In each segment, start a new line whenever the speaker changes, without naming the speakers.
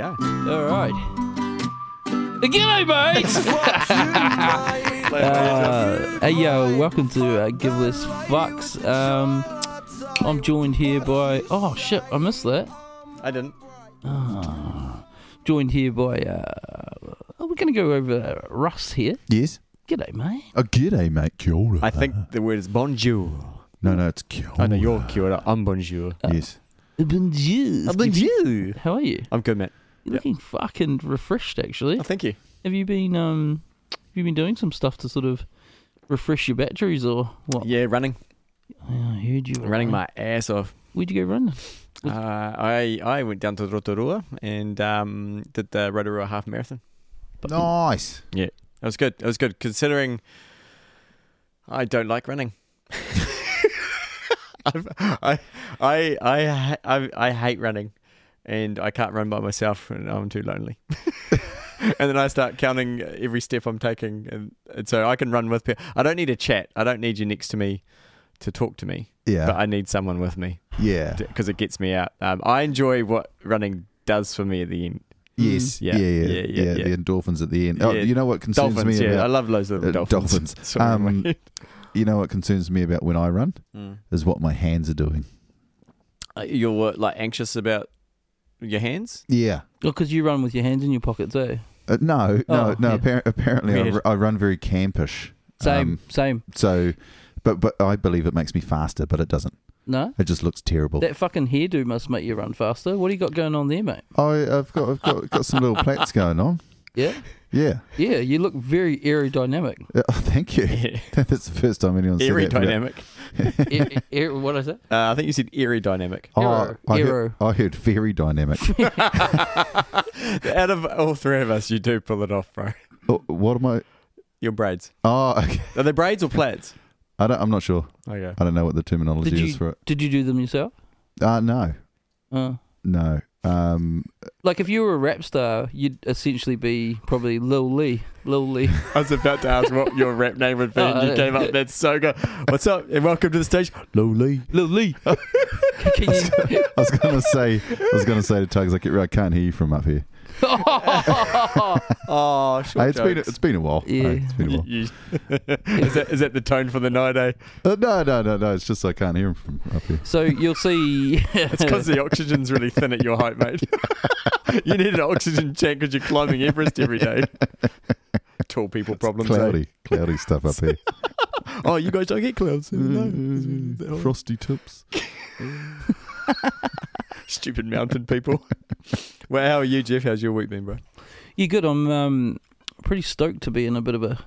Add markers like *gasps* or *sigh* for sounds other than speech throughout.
All right. G'day,
*laughs*
mate! *laughs* uh, hey, yo, welcome to uh, Give Less Fucks. Um, I'm joined here by. Oh, shit, I missed that. Ah.
I didn't.
Joined here by. Uh, we're going to go over Russ here.
Yes.
G'day, mate.
A g'day, mate. Kia ora. Uh,
I think the word is bonjour.
No, no, it's kia ora.
I know you're kia ora. I'm bonjour.
Yes.
Uh, Bonjour.
bonjour.
How are you?
I'm good, mate.
You're looking fucking refreshed, actually.
Oh, thank you.
Have you been um have you been doing some stuff to sort of refresh your batteries or what?
Yeah, running,
Yeah, I heard you were
running my ass off.
Where'd you go running?
Uh, I I went down to Rotorua and um, did the Rotorua half marathon.
Nice.
That was good. That was good considering I don't like running. *laughs* I've- I I I ha- I I hate running, and I can't run by myself, and I'm too lonely. *laughs* and then I start counting every step I'm taking, and, and so I can run with people. I don't need a chat. I don't need you next to me to talk to me,
Yeah.
but I need someone with me
yeah.
because it gets me out. Um, I enjoy what running does for me at the end.
yes.
mm, yeah,
Yeah. Yeah.
yeah,
Yeah.
yeah, yeah.
The endorphins at the end. Oh,
Yeah.
you know what concerns
Dolphins,
me
yeah, I
about
love those little
uh,
dolphins. *laughs*
dolphins.
Sorry,
Um,
mate.
you know what concerns me about when I run
Mm.
is what my hands are doing.
Uh, You're uh, like anxious about your *laughs* hands.
Yeah.
because Oh, you run with your hands in your pockets, eh?
Uh, no,
Oh,
no, no.
yeah.
Appar- apparently, I,
Weird.
ru- I run very campish.
Same,
Um,
same.
so, but but I believe it makes me faster, but it doesn't.
No?
It just looks terrible.
That fucking hairdo must make you run faster. What do you got going on there, mate?
I, Oh, I've got I've got, got some little plaits going on.
Yeah?
Yeah.
Yeah, you look very aerodynamic.
*laughs* Uh, oh, thank you. *laughs* That's the first time anyone's said
Eerie
that for-
dynamic.
Aer- aer- what is it?
Uh, I think you said eerie dynamic. *laughs*
Aero,
I,
aero.
heard, I heard very dynamic.
Out of all three of us, you do pull it off, bro.
Oh, what am I?
Your braids.
Oh, okay.
Are they braids or plaits?
I don't, I'm not sure.
Okay.
I don't know what the terminology
Did you-
is for it.
Did you do them yourself?
Uh, no,
Uh,
no. Um,
like if you were a rap star, you'd essentially be probably Lil Lee. Lil Lee. *laughs*
I was about to ask what your rap name would be, and you
Oh,
came up. That's so good. What's up? And welcome to the *laughs* stage.
Lowly.
Lil Lee. Can you *laughs*
I was gonna say. I was gonna say to Tugs, like, I can't hear you from up here.
oh,
Oh,
Hey,
short
it's been
jokes.
it's been a while.
Yeah.
Hey, it's been a while.
You- *laughs* is that is that the tone for the night? Eh?
Uh, no, no, no, no. It's just I can't hear him from up here.
So you'll see.
It's because the oxygen's really thin at your height, mate. *laughs* you need an oxygen tank because you're climbing Everest every day. Tall people problems. eh?
Cloudy, cloudy stuff up
*laughs*
here.
Oh, you guys don't get clouds.
Uh, Frosty tips.
*laughs* Stupid mountain people. well, how are you, Jeff? How's your week been, bro?
yeah, good. I'm um, pretty stoked to be in a bit of a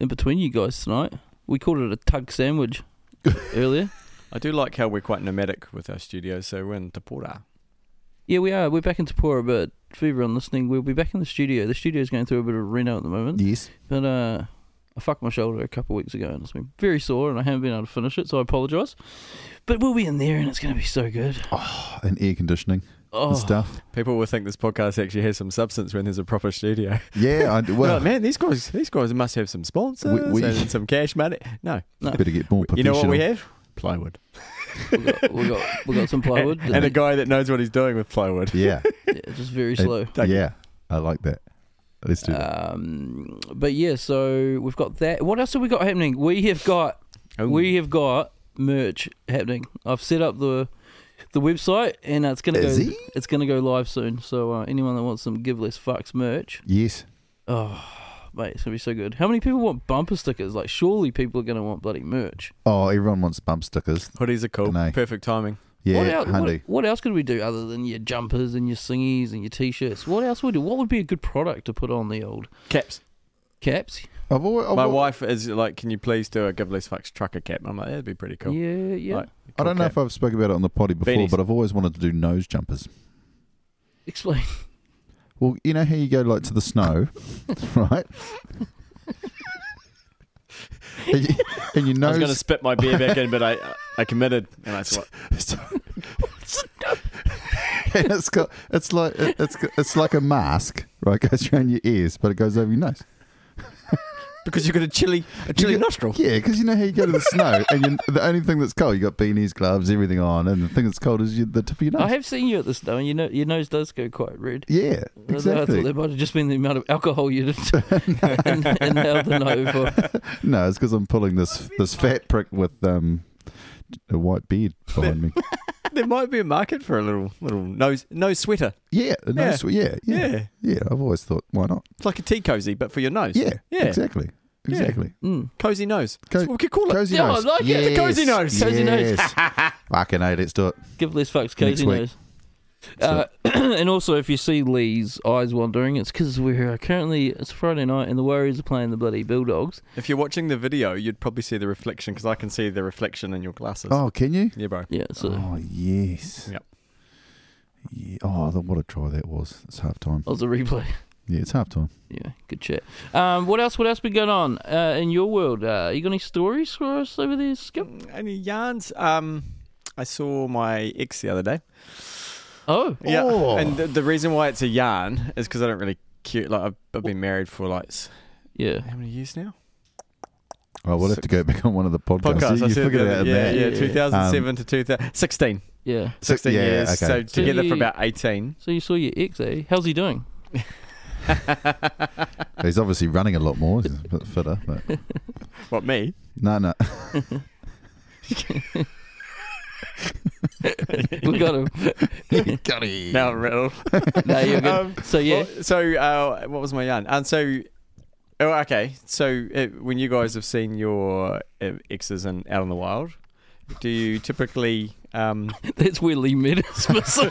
in between you guys tonight. We called it a tug sandwich
*laughs*
earlier.
I do like how we're quite nomadic with our studio, so we're in Tapora.
Yeah, we are. We're back in Tapora, but for everyone listening, we'll be back in the studio. The studio's going through a bit of a reno at the moment,
Yes.
but uh, I fucked my shoulder a couple of weeks ago and it's been very sore, and I haven't been able to finish it, so I apologise. But we'll be in there, and it's going to be so good.
And air conditioning
Oh,
and stuff.
People will think this podcast actually has some substance when there's a proper studio.
Yeah.
*laughs*
I,
Well,
well,
man, these guys, these guys must have some sponsors
we-
and some cash money. No,
better get more
you know
professional.
what we have? Plywood.
we got we got we got some plywood,
*laughs* and a guy that knows what he's doing with *laughs* plywood.
Yeah.
yeah, just
*laughs*
very slow.
Thank you. Uh,
yeah. I like that. Let's do that.
Um, but yeah, so we've got that. What else have we got happening? We have got we have got merch happening. I've set up the the website, and it's gonna
Is
go
he?
it's gonna go live soon. So uh, anyone that wants some give less fucks merch,
Yes.
oh mate, it's gonna be so good. How many people want bumper stickers? Like, surely people are gonna want bloody merch.
Oh, everyone wants bump stickers.
hoodies are cool.
Dunno.
Perfect timing.
Yeah,
what, else, what,
handy.
what else could we do other than your jumpers and your singies and your t-shirts? What else would we do? What would be a good product to put on the old
Caps.
caps?
I've always,
My wife is like, "Can you please do a give less fucks trucker cap?" I'm like, "That'd be pretty cool."
Yeah, yeah.
Like,
I don't know if I've spoken about it on the potty before,
Beanies.
but I've always wanted to do nose jumpers.
Explain.
Well, you know how you go like to the snow, *laughs* right? and, you, and your
I was
nose. *laughs*
going to spit my beer back in, but I I committed, and I *laughs* thought,
and it's got, it's like, it's it's like a mask, right? Goes around your ears, but it goes over your nose.
because you've got a chilly, a chilly
got-
nostril.
Yeah, because you know how you go to the snow and you, the only thing that's cold, you got beanies, gloves, everything on, and the thing that's cold is your, the tip of your nose.
I have seen you at the snow, and your, no- your nose does go quite red.
yeah,
I thought
exactly.
that might have just been the amount of alcohol
*laughs*
you inhaled *laughs* and over.
No, it's because I'm pulling this this fat prick with um a white beard behind me.
*laughs* There might be a market for a little little nose nose sweater.
Yeah, a nice, yeah, yeah, yeah,
Yeah,
I've always thought, why not?
it's like a tea cozy, but for your nose.
Yeah,
Yeah.
exactly,
Yeah.
exactly.
Mm.
cozy nose.
Co-
That's what we could call it.
Cozy
Yeah, I
nose.
like it.
yes.
It's a cozy nose. Cozy nose.
yes. Fucking hey, let's do it.
Give less fucks,
Next
cozy
week.
nose. Uh, *clears throat* and also, if you see Lee's eyes wandering, it's because we're uh, currently it's Friday night and the Warriors are playing the bloody Bulldogs.
If you're watching the video, you'd probably see the reflection because I can see the reflection in your glasses.
Oh, can you?
Yeah, bro.
Yeah, so
Oh yes.
Yep.
Yeah. Oh, the- what a try that was. It's half time.
that was a replay. *laughs*
Yeah, it's half time.
Yeah, good chat. Um, what else? What else been going on uh, in your world? Uh, you got any stories for us over there, Skip?
Any yarns? Um, I saw my ex the other day.
Oh,
Yeah,
Oh.
and the, the reason why it's a yarn is because I don't really care. Like I've, I've been married for like s-
yeah.
how many years now?
Oh, we'll have to go back on one of the podcasts.
Podcast.
You,
I
you
said
figured
the
it
other-
out in
yeah,
there.
yeah,
Yeah.
2007 to 2016.
Yeah.
So-
16
yeah,
years.
okay.
So
So
together
you-
for about 18.
So you saw your ex, eh? How's he
*laughs*
doing?
He's obviously running a lot more. He's a bit fitter, but
What me?
no, *laughs* no.
We got him.
Got it.
Now I'm riddled.
no, you're good.
Um,
so yeah,
Well, so uh, what was my yarn? And so, oh, okay. So uh, when you guys have seen your uh, exes and out in the wild, do you typically? Um,
that's where Lee met his *laughs* missus.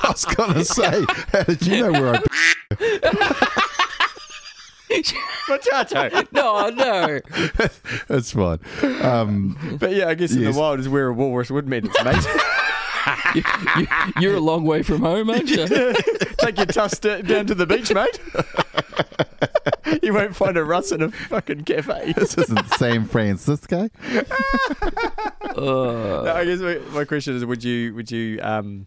I was gonna say, *laughs* how did you know where I?
Potato.
*laughs*
no, *laughs* no.
*laughs* That's fine. Um,
but yeah, I guess in
Yes.
the wild is where a walrus would meet its
*laughs*
mate.
You, are a long way from home, aren't you?
Take your tusk d- down to the beach, mate. *laughs* you won't find a russ in a fucking cafe. *laughs*
this isn't San Francisco.
Uh,
No, I guess my, my question is: Would you? Would you? Um,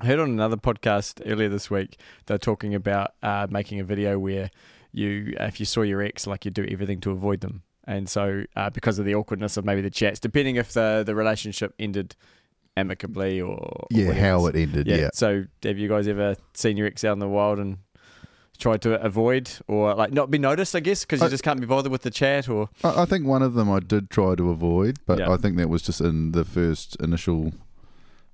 I heard on another podcast earlier this week they're talking about uh, making a video where you, if you saw your ex, like you do everything to avoid them, and so uh, because of the awkwardness of maybe the chats, depending if the the relationship ended amicably or or
Yeah,
whatever.
how it ended. Yeah.
So have you guys ever seen your ex out in the wild and? Tried to avoid or like not be noticed, I guess, because you
I-
just can't be bothered with the chat or
I, I think one of them I did try to avoid, but
Yeah.
I think that was just in the first initial,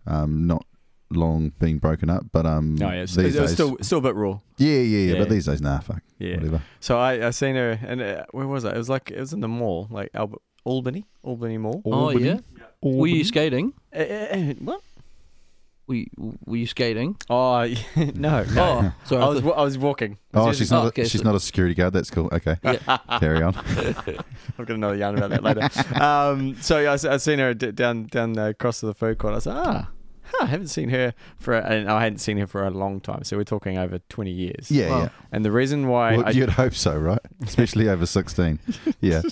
um, not long being broken up. But um,
no, Oh, yeah, it's, it's
these days,
still still a bit raw.
yeah, yeah, yeah,
Yeah.
But these days, nah, fuck,
Yeah,
whatever.
So I, I seen her, and uh, where was I? It was like it was in the mall, like Albert, Albany, Albany Mall.
oh
Albany?
yeah. Were you skating?
Uh, uh, uh, what?
Were you, were you skating?
Oh *laughs* yeah, no, no.
*laughs*
Oh, sorry.
I was wa- I was walking. I
Oh,
was
she's
using-
not.
okay,
a, she's
so-
not a security guard. That's cool. Okay, carry on.
I've got another yarn about that later. um, so yeah, I, s- I seen her d- down down the across to the food court. I said, ah, huh, I haven't seen her for, a, and I hadn't seen her for a long time. So we're talking over twenty years.
Yeah,
Wow.
yeah.
And the reason why
Well,
I, *laughs*
you'd hope so, right? Especially over sixteen. Yeah,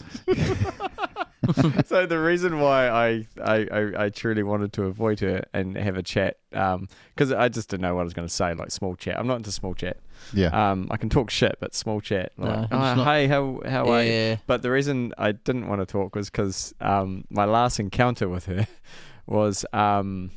so the reason why I, I, I, I truly wanted to avoid her and have a chat, because I just didn't know what I was going to say, like small chat. I'm not into small chat. *laughs*
yeah.
Um, I can talk shit, but small chat.
No,
Like,
I'm just
"Oh,
not-
hey, how how are you?
yeah.
But the reason I didn't want to talk was because um, my last encounter with her *laughs* was um,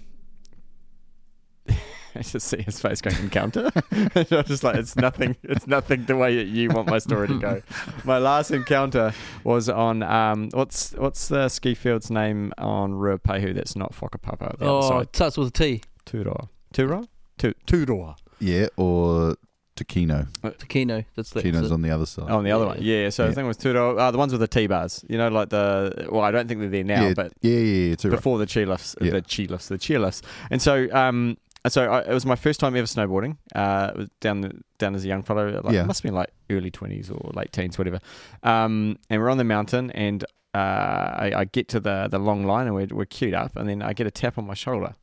*laughs* I just see his face going encounter. *laughs* I was just like it's nothing. It's nothing the way that you want my story to go. My last encounter was on um, what's what's the ski field's name on Ruapehu that's not Whakapapa. The other
Oh,
side.
touch with a T.
Turoa. Turoa. Tu- Turoa.
Yeah, or Takino.
Uh, Takino. That's the.
Takino's on the other side.
On the other one, yeah. So
Oh, Yeah.
I think it was Turoa. Uh, the ones with the T bars, you know, like the. Well, I don't think they're there now,
yeah,
but
yeah, yeah, yeah. Too right.
before the cheerlifts,
Yeah.
the cheerlifts, the cheerlifts. And so, um, so I, it was my first time ever snowboarding. Uh, it was down the, down as a young fellow, like
Yeah.
it must have been like early twenties or late teens, whatever. Um, and we're on the mountain, and uh, I, I get to the the long line, and we're we're queued up, and then I get a tap on my shoulder.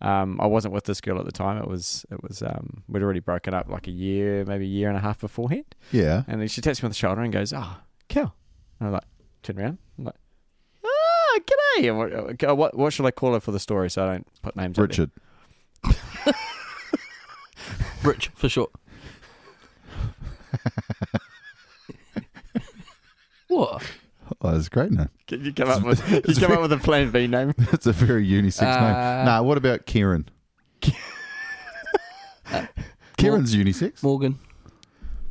Um, I wasn't with this girl at the time. It was it was um, we'd already broken up like a year, maybe a year and a half beforehand.
Yeah.
And then she taps me on the shoulder and goes, "Ah, Kel." And I'm like, turn around. I'm like, "Ah, g'day." And what- uh, what what should I call her for the story so I don't put names? out there?
Richard. *laughs*
Rich for short. Sure.
Oh, that's great name. *laughs*
Can you come up with you come up with a plan B name?
That's a very unisex
Uh,
name. Nah, what
*laughs*
about Kieran? Kieran's unisex.
Morgan.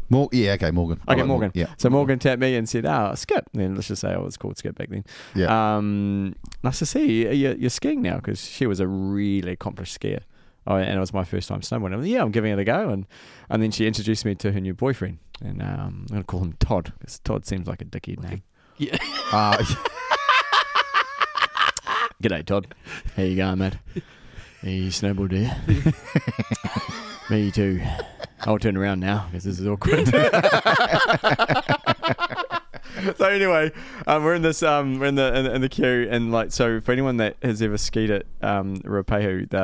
Mor- yeah, okay, Morgan. I
Okay,
like
Morgan.
Yeah.
So Morgan tapped me and said, "Ah, Skip." Then let's just say, "Oh, it's called Skip back then."
Yeah.
Um, nice to see you. You're, you're skiing now because she was a really accomplished skier. Oh, and it was my first time snowboarding. I was, yeah, I'm giving it a go, and and then she introduced me to her new boyfriend, and um, I'm gonna call him Todd because Todd seems like a dickhead name.
Yeah.
Uh,
*laughs* G'day, Todd. How you going, mate? Hey, snowboard there. *laughs* Me too. I'll turn around now because this is awkward. *laughs* so anyway, um, we're in this, um, we're in the in, the- in the queue, and like, so for anyone that has ever skied at um, Rupehu, the,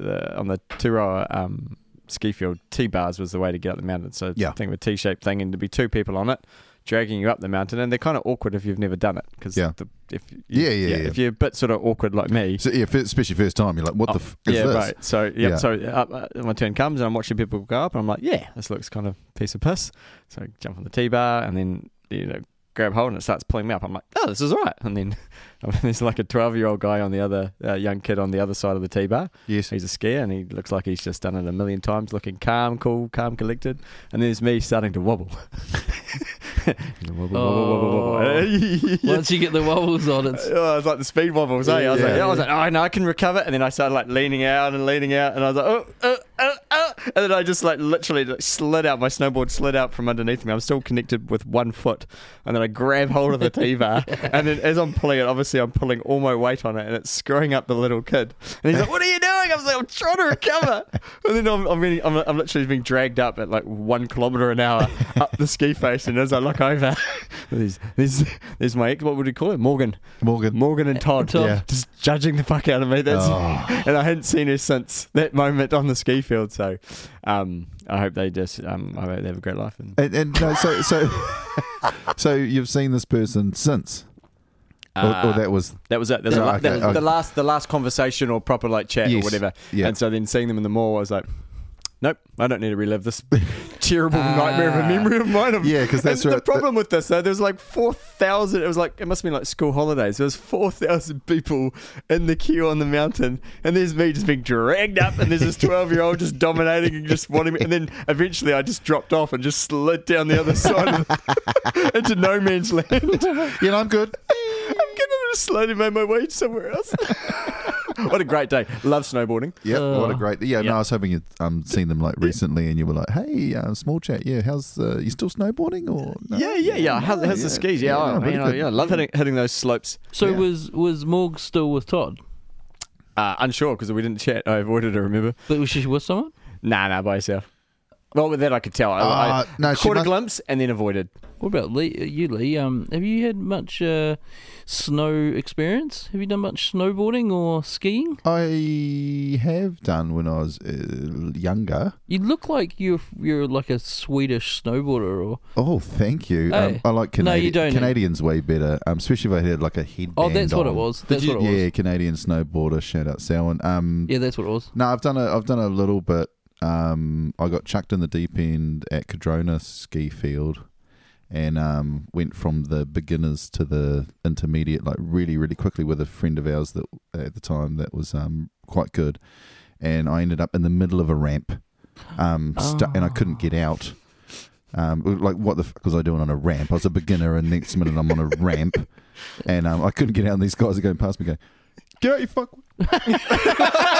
the on the Turoa um, ski field, T bars was the way to get up the mountain. So
Yeah.
I think the T-shaped thing, and to be two people on it, dragging you up the mountain, and they're kind of awkward if you've never done it because
Yeah.
the, if you,
Yeah, yeah, yeah.
if you're a bit sort of awkward like me,
so yeah, fir- especially first time, you're like, what the f-
Oh,
is
yeah,
this?
right. So yep,
Yeah.
so uh, uh, my turn comes and I'm watching people go up and I'm like, yeah, this looks kind of piece of piss. So I jump on the T bar and then you know grab hold and it starts pulling me up. I'm like, oh, this is all right. And then *laughs* there's like a 12 year old guy on the other uh, young kid on the other side of the T bar.
Yes.
He's a skier and he looks like he's just done it a million times, looking calm, cool, calm, collected. And there's me starting to wobble. *laughs* wobble, wobble, wobble,
Oh.
*laughs* wobble.
Once you get the wobbles on,
*laughs*
it's
Oh, it's like the speed wobbles. eh? I was like,
Yeah.
yeah, I was like, oh no, I can recover. And then I started like leaning out and leaning out, and I was like, oh, oh, oh, oh. and then I just like literally like, slid out. My snowboard slid out from underneath me. I'm still connected with one foot, and then I grab hold of the T bar, and then as I'm pulling it, obviously I'm pulling all my weight on it, and it's screwing up the little kid. And he's like, what are you doing? I was like, I'm trying to recover. And then I'm I'm, really, I'm I'm literally being dragged up at like one kilometer an hour up the ski face, and as I look over, *laughs* there's there's there's my ex. What would you call it, Morgan?
Morgan.
Morgan and Uh, Todd,
Todd.
Yeah.
just judging the fuck out of me. That's
Oh.
and I hadn't seen her since that moment on the ski field. So, um, I hope they just, um, I hope they have a great life. And
*laughs* And, and no, so so *laughs* so you've seen this person since, or, or that was
Uh, that was it. That was,
Yeah,
the la-
okay,
that was
okay.
the last, the last conversation or proper like chat
Yes,
or whatever.
yeah.
And so then seeing them in the mall, I was like. Nope, I don't need to relive this *laughs* terrible nightmare of a
Ah.
memory of mine.
Yeah, 'cause that's
And the
right.
problem with this. Though, there was like four thousand. It was like it must have been like school holidays. There was four thousand people in the queue on the mountain, and there's me just being dragged up, and there's this twelve-year-old just dominating and just wanting me. And then eventually, I just dropped off and just slid down the other side of the, *laughs* into no man's land. I'm gonna
yeah, no, I'm good.
just slowly make my way somewhere else. *laughs* what a great day! Love snowboarding.
Yeah, what a
Uh,
great. Yeah, no,
yeah.
I was hoping you'd um seen them like recently, and you were like, hey, uh, small chat. Yeah, how's uh, you still snowboarding or no?
Yeah, yeah, yeah. How,
no,
how's the skis? Yeah, I,
no, really
you know,
good.
yeah, I love hitting, hitting those slopes.
so
Yeah.
was was Morg still with Todd?
Uh, unsure because we didn't chat. I avoided her. Remember?
But was she with someone?
Nah, nah, by yourself. Well, with that I could tell. I,
Uh,
I
no, she
caught a
must-
glimpse and then avoided.
What about Lee? uh, You Lee? Um, have you had much uh, snow experience? Have you done much snowboarding or skiing?
I have done when I was uh, younger.
You look like you're you're like a Swedish snowboarder, or
Oh, thank you. Um,
Hey.
I like
No,
Canadian.
you don't.
Canadians way better, um, especially if I had like a headband.
oh, that's what it
on.
was.
Did
That's
you-
what it was.
yeah,
Yeah.
Canadian snowboarder. Shout out Selwyn. Um,
that's what it was.
No, I've done a I've done a little bit. Um, I got chucked in the deep end at Cadrona Ski Field, and um, went from the beginners to the intermediate like really really quickly with a friend of ours that at the time that was um quite good, and I ended up in the middle of a ramp, um, stu- and I couldn't get out. Um, like what the fuck was I doing on a ramp? I was a beginner, and next minute I'm on a ramp, and um, I couldn't get out. And these guys are going past me, going, "Get out, you fuck!"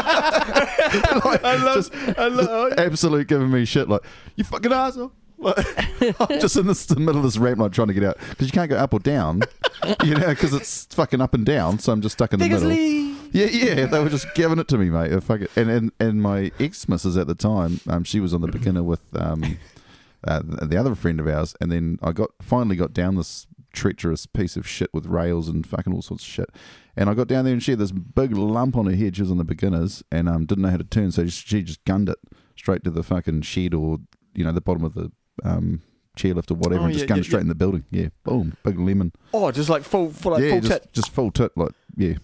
Like,
I love,
just-
I love. oh,
absolute giving me shit like you fucking asshole. Like, *laughs* I'm just in this, the middle of this ramp, like trying to get out because you can't go up or down, *laughs* you know, because it's fucking up and down. So I'm just stuck in the middle. Yeah, yeah, they were just giving it to me, mate. Uh, Fuck it. And and and my ex missus at the time, um, she was on the beginner with um, uh, the other friend of ours, and then I got finally got down this treacherous piece of shit with rails and fucking all sorts of shit. And I got down there and she had this big lump on her head. She was on the beginners and um, didn't know how to turn, so she just gunned it straight to the fucking shed or you know the bottom of the um, chairlift or whatever,
Oh,
and just
yeah,
gunned
yeah,
it straight
yeah.
in the building. Yeah, boom, big lemon.
Oh, just like full, full, like
yeah,
full
just
tit.
just full tit, like yeah.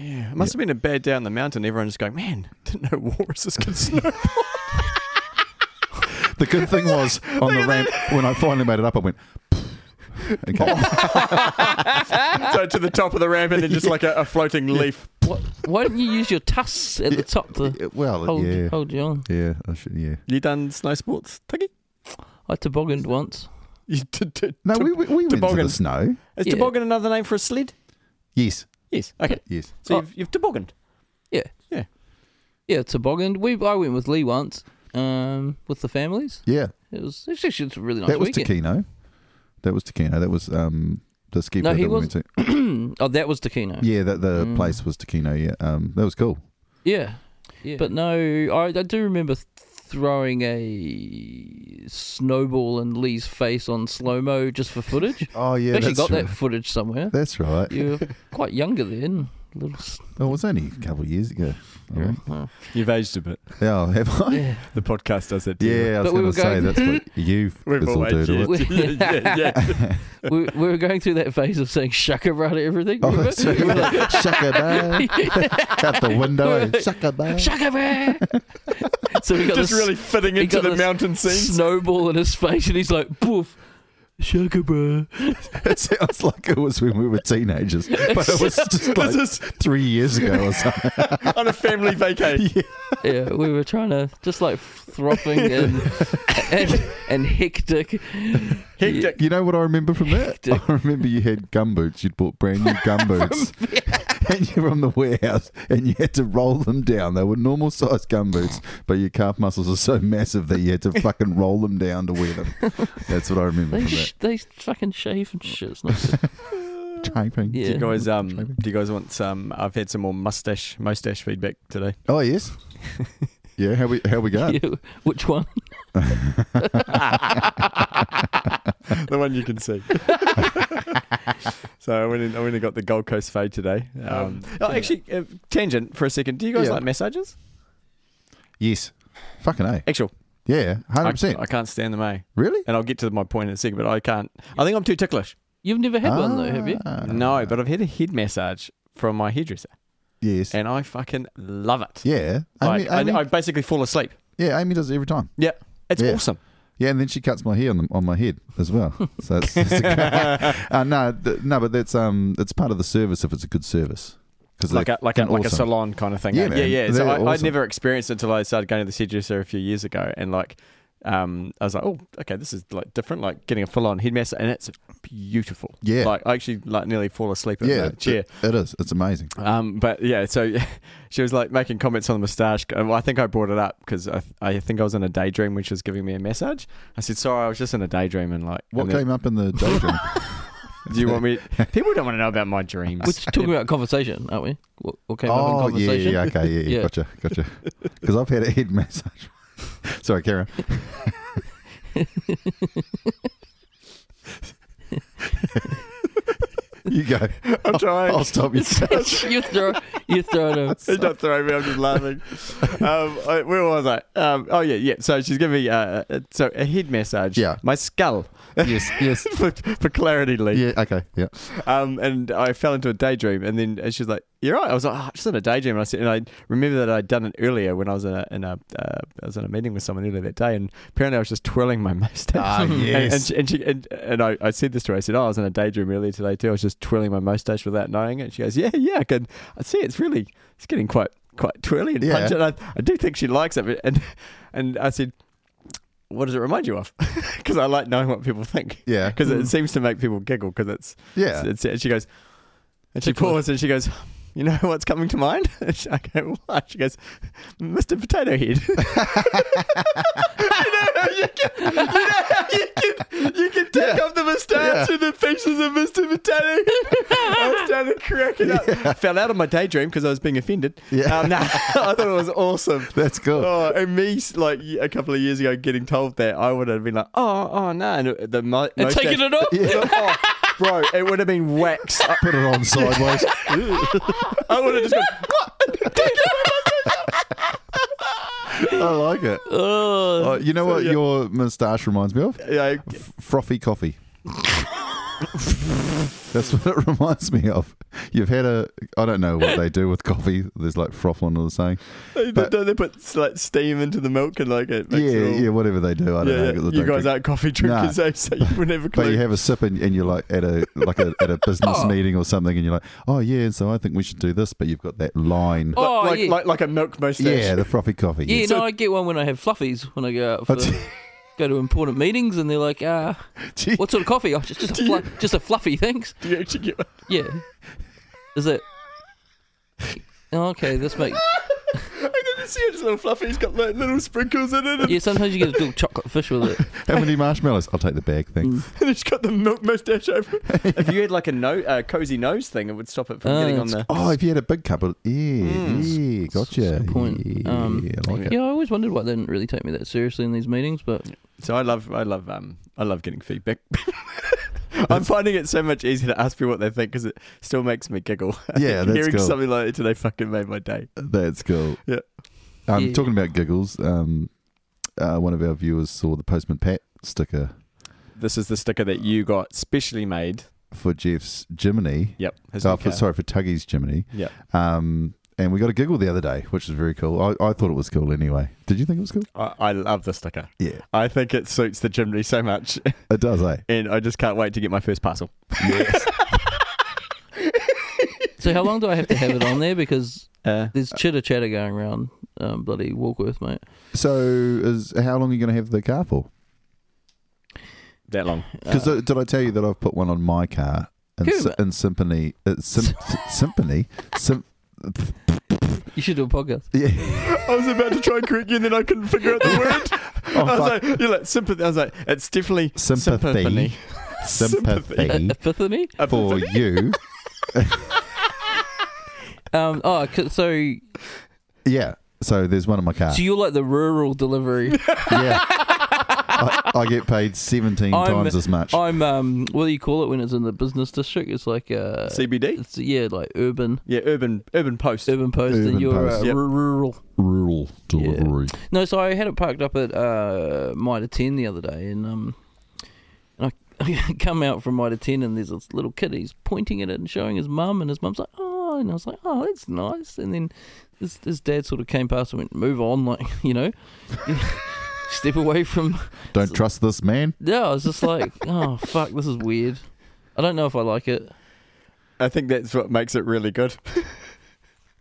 Yeah, it must have been a bad day on the mountain. Everyone just going, man, didn't know war is this
*laughs*
good snow.
*laughs*
The good thing was on the ramp when I finally made it up, I went. Okay.
*laughs*
Oh,
so to the top of the ramp and then just like a, a floating leaf.
Why, why don't you use your tusks
*laughs*
at the top to
well,
hold,
yeah,
hold you on?
yeah, I should, yeah.
You done snow sports, Tuggy?
I tobogganed once.
You did, did,
No,
tob-
we we, we went to
toboggan.
the snow.
is
yeah.
toboggan another name for a sled?
Yes,
Yes. Okay.
yes.
So
Oh.
you've, you've tobogganed.
Yeah, tobogganed. We I went with Lee once um, with the families.
Yeah,
It was it's actually it's a really nice
that was
weekend.
Takino. That was Takino. That was um the ski
No,
club
he
that we went
*clears throat*
to.
oh, that was Takino.
Yeah, that the
Mm.
place was Takino. Yeah, um, that was cool.
Yeah.
Yeah.
But no, I, I do remember th- throwing a snowball in Lee's face on slow mo just for footage.
Oh yeah,
I've actually
that's
got
right.
that footage somewhere.
That's right. *laughs*
You were quite younger then. Little s-
Oh, it was only a couple of years ago. I reckon.
Oh,
You've aged a bit.
Oh, have I?
yeah.
The podcast does that. to you.
Yeah, I
But
was
we
going
were
to say
going-
that's
*laughs*
what you
We've
will
all
do
aged.
to it.
it.
*laughs* yeah, yeah, yeah.
we, we were going through that phase of saying shaka rata everything.
*laughs* Oh,
remember?
that's right.
We were like,
Shaka *laughs* Out the window. Shaka
shaka rata. so we got
Just
this
really fitting
he
into
got
the
this
mountain scenes.
snowball in his face, and he's like, poof. Shaka bro.
*laughs* It sounds like it was when we were teenagers, but *laughs* it was just like
this is
three years ago *laughs* or something.
on a *laughs* family vacay.
Yeah, we were trying to just like thropping
*laughs*
and and, and hectic.
Hectic.
You know what I remember from that? *laughs*
Hectic.
I remember you had gum boots. You'd bought brand new gum boots. and you were on *laughs* the warehouse and you had to roll them down. They were normal size gum boots, but your calf muscles are so massive that you had to fucking roll them down to wear them. That's what I remember *laughs*
They
from
sh-
that.
they fucking shave and shit. It's not
*laughs*
good.
Typing.
Yeah.
Do you guys um do you guys want some I've had some more mustache mustache feedback *laughs* today.
Oh, yes. Yeah, how we how we go?
You- Which one?
the one you can *laughs* see. so I went and I went and got the Gold Coast fade today. Um, oh, actually, uh, tangent for a second. Do you guys
Yeah.
like massages?
Yes. Fucking A.
Actual,
Yeah,
I,
100%.
I can't stand them, eh?
really?
And I'll get to my point in a second, but I can't. I think I'm too ticklish.
You've never had one though, have you?
Ah.
no, but I've had a head massage from my hairdresser,
Yes.
and I fucking love it.
Yeah.
Like,
Amy, Amy,
I, I basically fall asleep.
yeah, Amy does it every time.
Yeah, it's
Yeah. *laughs*
awesome.
Yeah, and then she cuts my hair on, the, on my head as
*laughs*
well. So it's, it's a good, *laughs* uh, no, th- no, but that's um, it's part of the service if it's a good service. Because
like a like a, like a salon kind of thing.
Yeah,
eh?
man.
yeah, yeah. So
They're
I, I'd
awesome.
never experienced it until I started going to the hairdresser a few years ago, and like, um, I was like, oh, okay, this is like different, like getting a full on head massage, and it's beautiful.
Yeah.
like I actually like nearly fall asleep in
yeah,
the chair.
it- it is. It's amazing.
Um, but yeah, so *laughs* she was like making comments on the moustache. Uh, Well, I think I brought it up because I, I think I was in a daydream when she was giving me a massage. I said, sorry, I was just in a daydream, and like,
What
and then-
came up in
*laughs*
the daydream?
do you want me? *laughs* People don't want to know about my dreams.
We're talking about conversation, aren't we? What, what came up in
oh, yeah,
conversation?
yeah,
*laughs*
okay, yeah, yeah,
Yeah.
gotcha, gotcha. Because I've had a head massage. *laughs* Sorry, Karen. *laughs* you go.
*laughs* I'm trying. *laughs*
I'll stop you.
*laughs* you throw, you throw them.
It's not throwing me. I'm just *laughs* laughing. um, I, where was I? Um, oh yeah, yeah. So she's giving me uh, uh, so a head massage.
Yeah.
my skull
yes, yes.
*laughs* for, for clarity, Lee.
Yeah, okay, yeah.
Um, and I fell into a daydream, and then and she's like, "You're right." I was like, oh, "Just in a daydream." And I said, and I remember that I'd done it earlier when I was in a, in a uh, I was in a meeting with someone earlier that day, and apparently I was just twirling my *laughs* mustache.
Ah,
And-
yes.
And, she, and, she, and, and I, I said this to her. I said, "Oh, I was in a daydream earlier today too. I was just twirling my mustache without knowing it." And she goes, "Yeah, yeah, I can. I see. It's really, it's getting quite, quite twirly and
Yeah.
pungent. I, I do think she likes it." But, and and I said. What does it remind you of? *laughs* Because I like knowing what people think.
Yeah. Hmm.
Because it seems to make people giggle. Because it's
Yeah.
it's- it's- she goes, and she
Good choice.
paused and she goes, You know *laughs* what's coming to mind? And she- I go, What? She goes, Mr. Potato Head. *laughs* you, know how you, can, you know how you can, you can take off the moustache
Yeah.
and the pieces of Mr. Potato Head. *laughs* I was started cracking up. Fell out of my daydream because I was being offended.
Yeah.
Um, *laughs* no, I thought it was awesome.
That's cool.
Oh, and me like a couple of years ago getting told that I would have been like, oh, oh no, and the mo-
And
mustache-
taking it off.
Oh, bro, it would have been wax. I,
*laughs* Put it on sideways.
*laughs* I would have just gone.
I like it.
Oh,
Oh, you know what
Uh, yeah.
your moustache reminds me of?
Yeah,
Frothy coffee. That's what it *laughs* reminds me of. You've had a. I don't know what they do with coffee. There's like froth on the saying.
They,
But-
don't they put like steam into the milk and like it? Makes
yeah,
it all,
yeah, whatever they do. I don't
yeah,
know.
yeah.
I don't
You
drink-
guys aren't coffee drinkers, eh? So you would never.
But
clue.
you have a sip and, and you're like at a like a, at a business
*laughs* Oh.
meeting or something, and you're like, oh yeah, so I think we should do this, but you've got that line.
Oh,
like, like,
yeah.
like like a milk mustache.
yeah, the frothy coffee.
Yeah,
yes.
no, I get one when I have fluffies when I go out
*laughs*
for,
That's-
go to important meetings, and they're like, uh,
Gee,
what sort of coffee? Oh, just just a, flu- just a fluffy, thanks.
Do *laughs* you actually get one? *laughs*
Yeah, is it? Oh, Okay, this makes
I didn't see it. It's a little fluffy. It's got like little sprinkles in it, *laughs* and,
yeah. Sometimes you get a little chocolate fish with it.
How many marshmallows? I'll take the bag,
Mm.
*laughs* thanks.
and it's got the milk mustache over. it. if you had like a no, uh, cozy nose thing, it would stop it from
Ah,
getting on the.
that's
Oh, if you had a big cup, of, yeah,
Mm.
yeah, gotcha.
Good point.
Yeah,
Um,
I like it.
Yeah, I always wondered why they didn't really take me that seriously in these meetings, but
So I love, I love, um, I love getting *laughs* feedback. I'm finding it so much easier to ask people what they think because it still makes me *laughs* giggle. I
Yeah,
think
that's
hearing
cool.
something like that today fucking made my day.
That's cool.
Yeah.
Um,
Yeah.
Talking about giggles, um, uh, one of our viewers saw the Postman Pat sticker
This is the sticker that you got specially made.
for Jeff's Jiminy.
Yep. his
Oh,
new
for,
car.
sorry, for Tuggy's Jiminy.
Yep.
Um, and we got a giggle the other day, which was very cool. I, I thought it was cool anyway. Did you think it was cool?
I, I love the sticker.
Yeah.
I think it suits the chimney so much, *laughs*
It does, eh?
and I just can't wait to get my first parcel. *laughs*
Yes.
so how long do I have to have it
*laughs*
on there? Because
Uh,
there's chitter chatter going around um, bloody Walkworth, mate.
so, is how long are you going to have the car for?
that long.
Because
Uh,
did I tell you that I've put one on my car in,
Cool.
sy- in symphony? Uh,
*laughs*
sym- symphony? Sym-
you should do a podcast. *laughs*
yeah.
I was about to try and correct you, and then I couldn't figure out the *laughs* word.
Oh,
I was
fuck.
like, you're like sympathy. I was like, it's definitely
Sympathy.
sympathy.
sympathy
E-, Epiphany.
for you.
Um. Oh, 'cause- so
Yeah. So there's one in my car.
so you're like the rural delivery.
*laughs*
*laughs*
yeah. I, I get paid 17
I'm-
times as much.
I'm um. What do you call it when it's in the business district? It's like uh.
CBD.
It's yeah, like urban,
Yeah, urban urban post.
urban post,
Urban
and you're
post.
Uh,
Yep.
ru- rural.
Rural
delivery. No, so I had it parked up at uh, Mitre 10 the other day, and um, and I, *laughs* I come out from Mitre 10, and there's this little kid. He's pointing at it and showing his mum, and his mum's like, "Oh," and I was like, "Oh, that's nice." And then his his dad sort of came past and went, "Move on," *laughs* like you know, step away from. *laughs*
Don't trust this man.
Yeah, I was just like, "Oh fuck, this is weird." I don't know if I like it.
I think that's what makes it really good.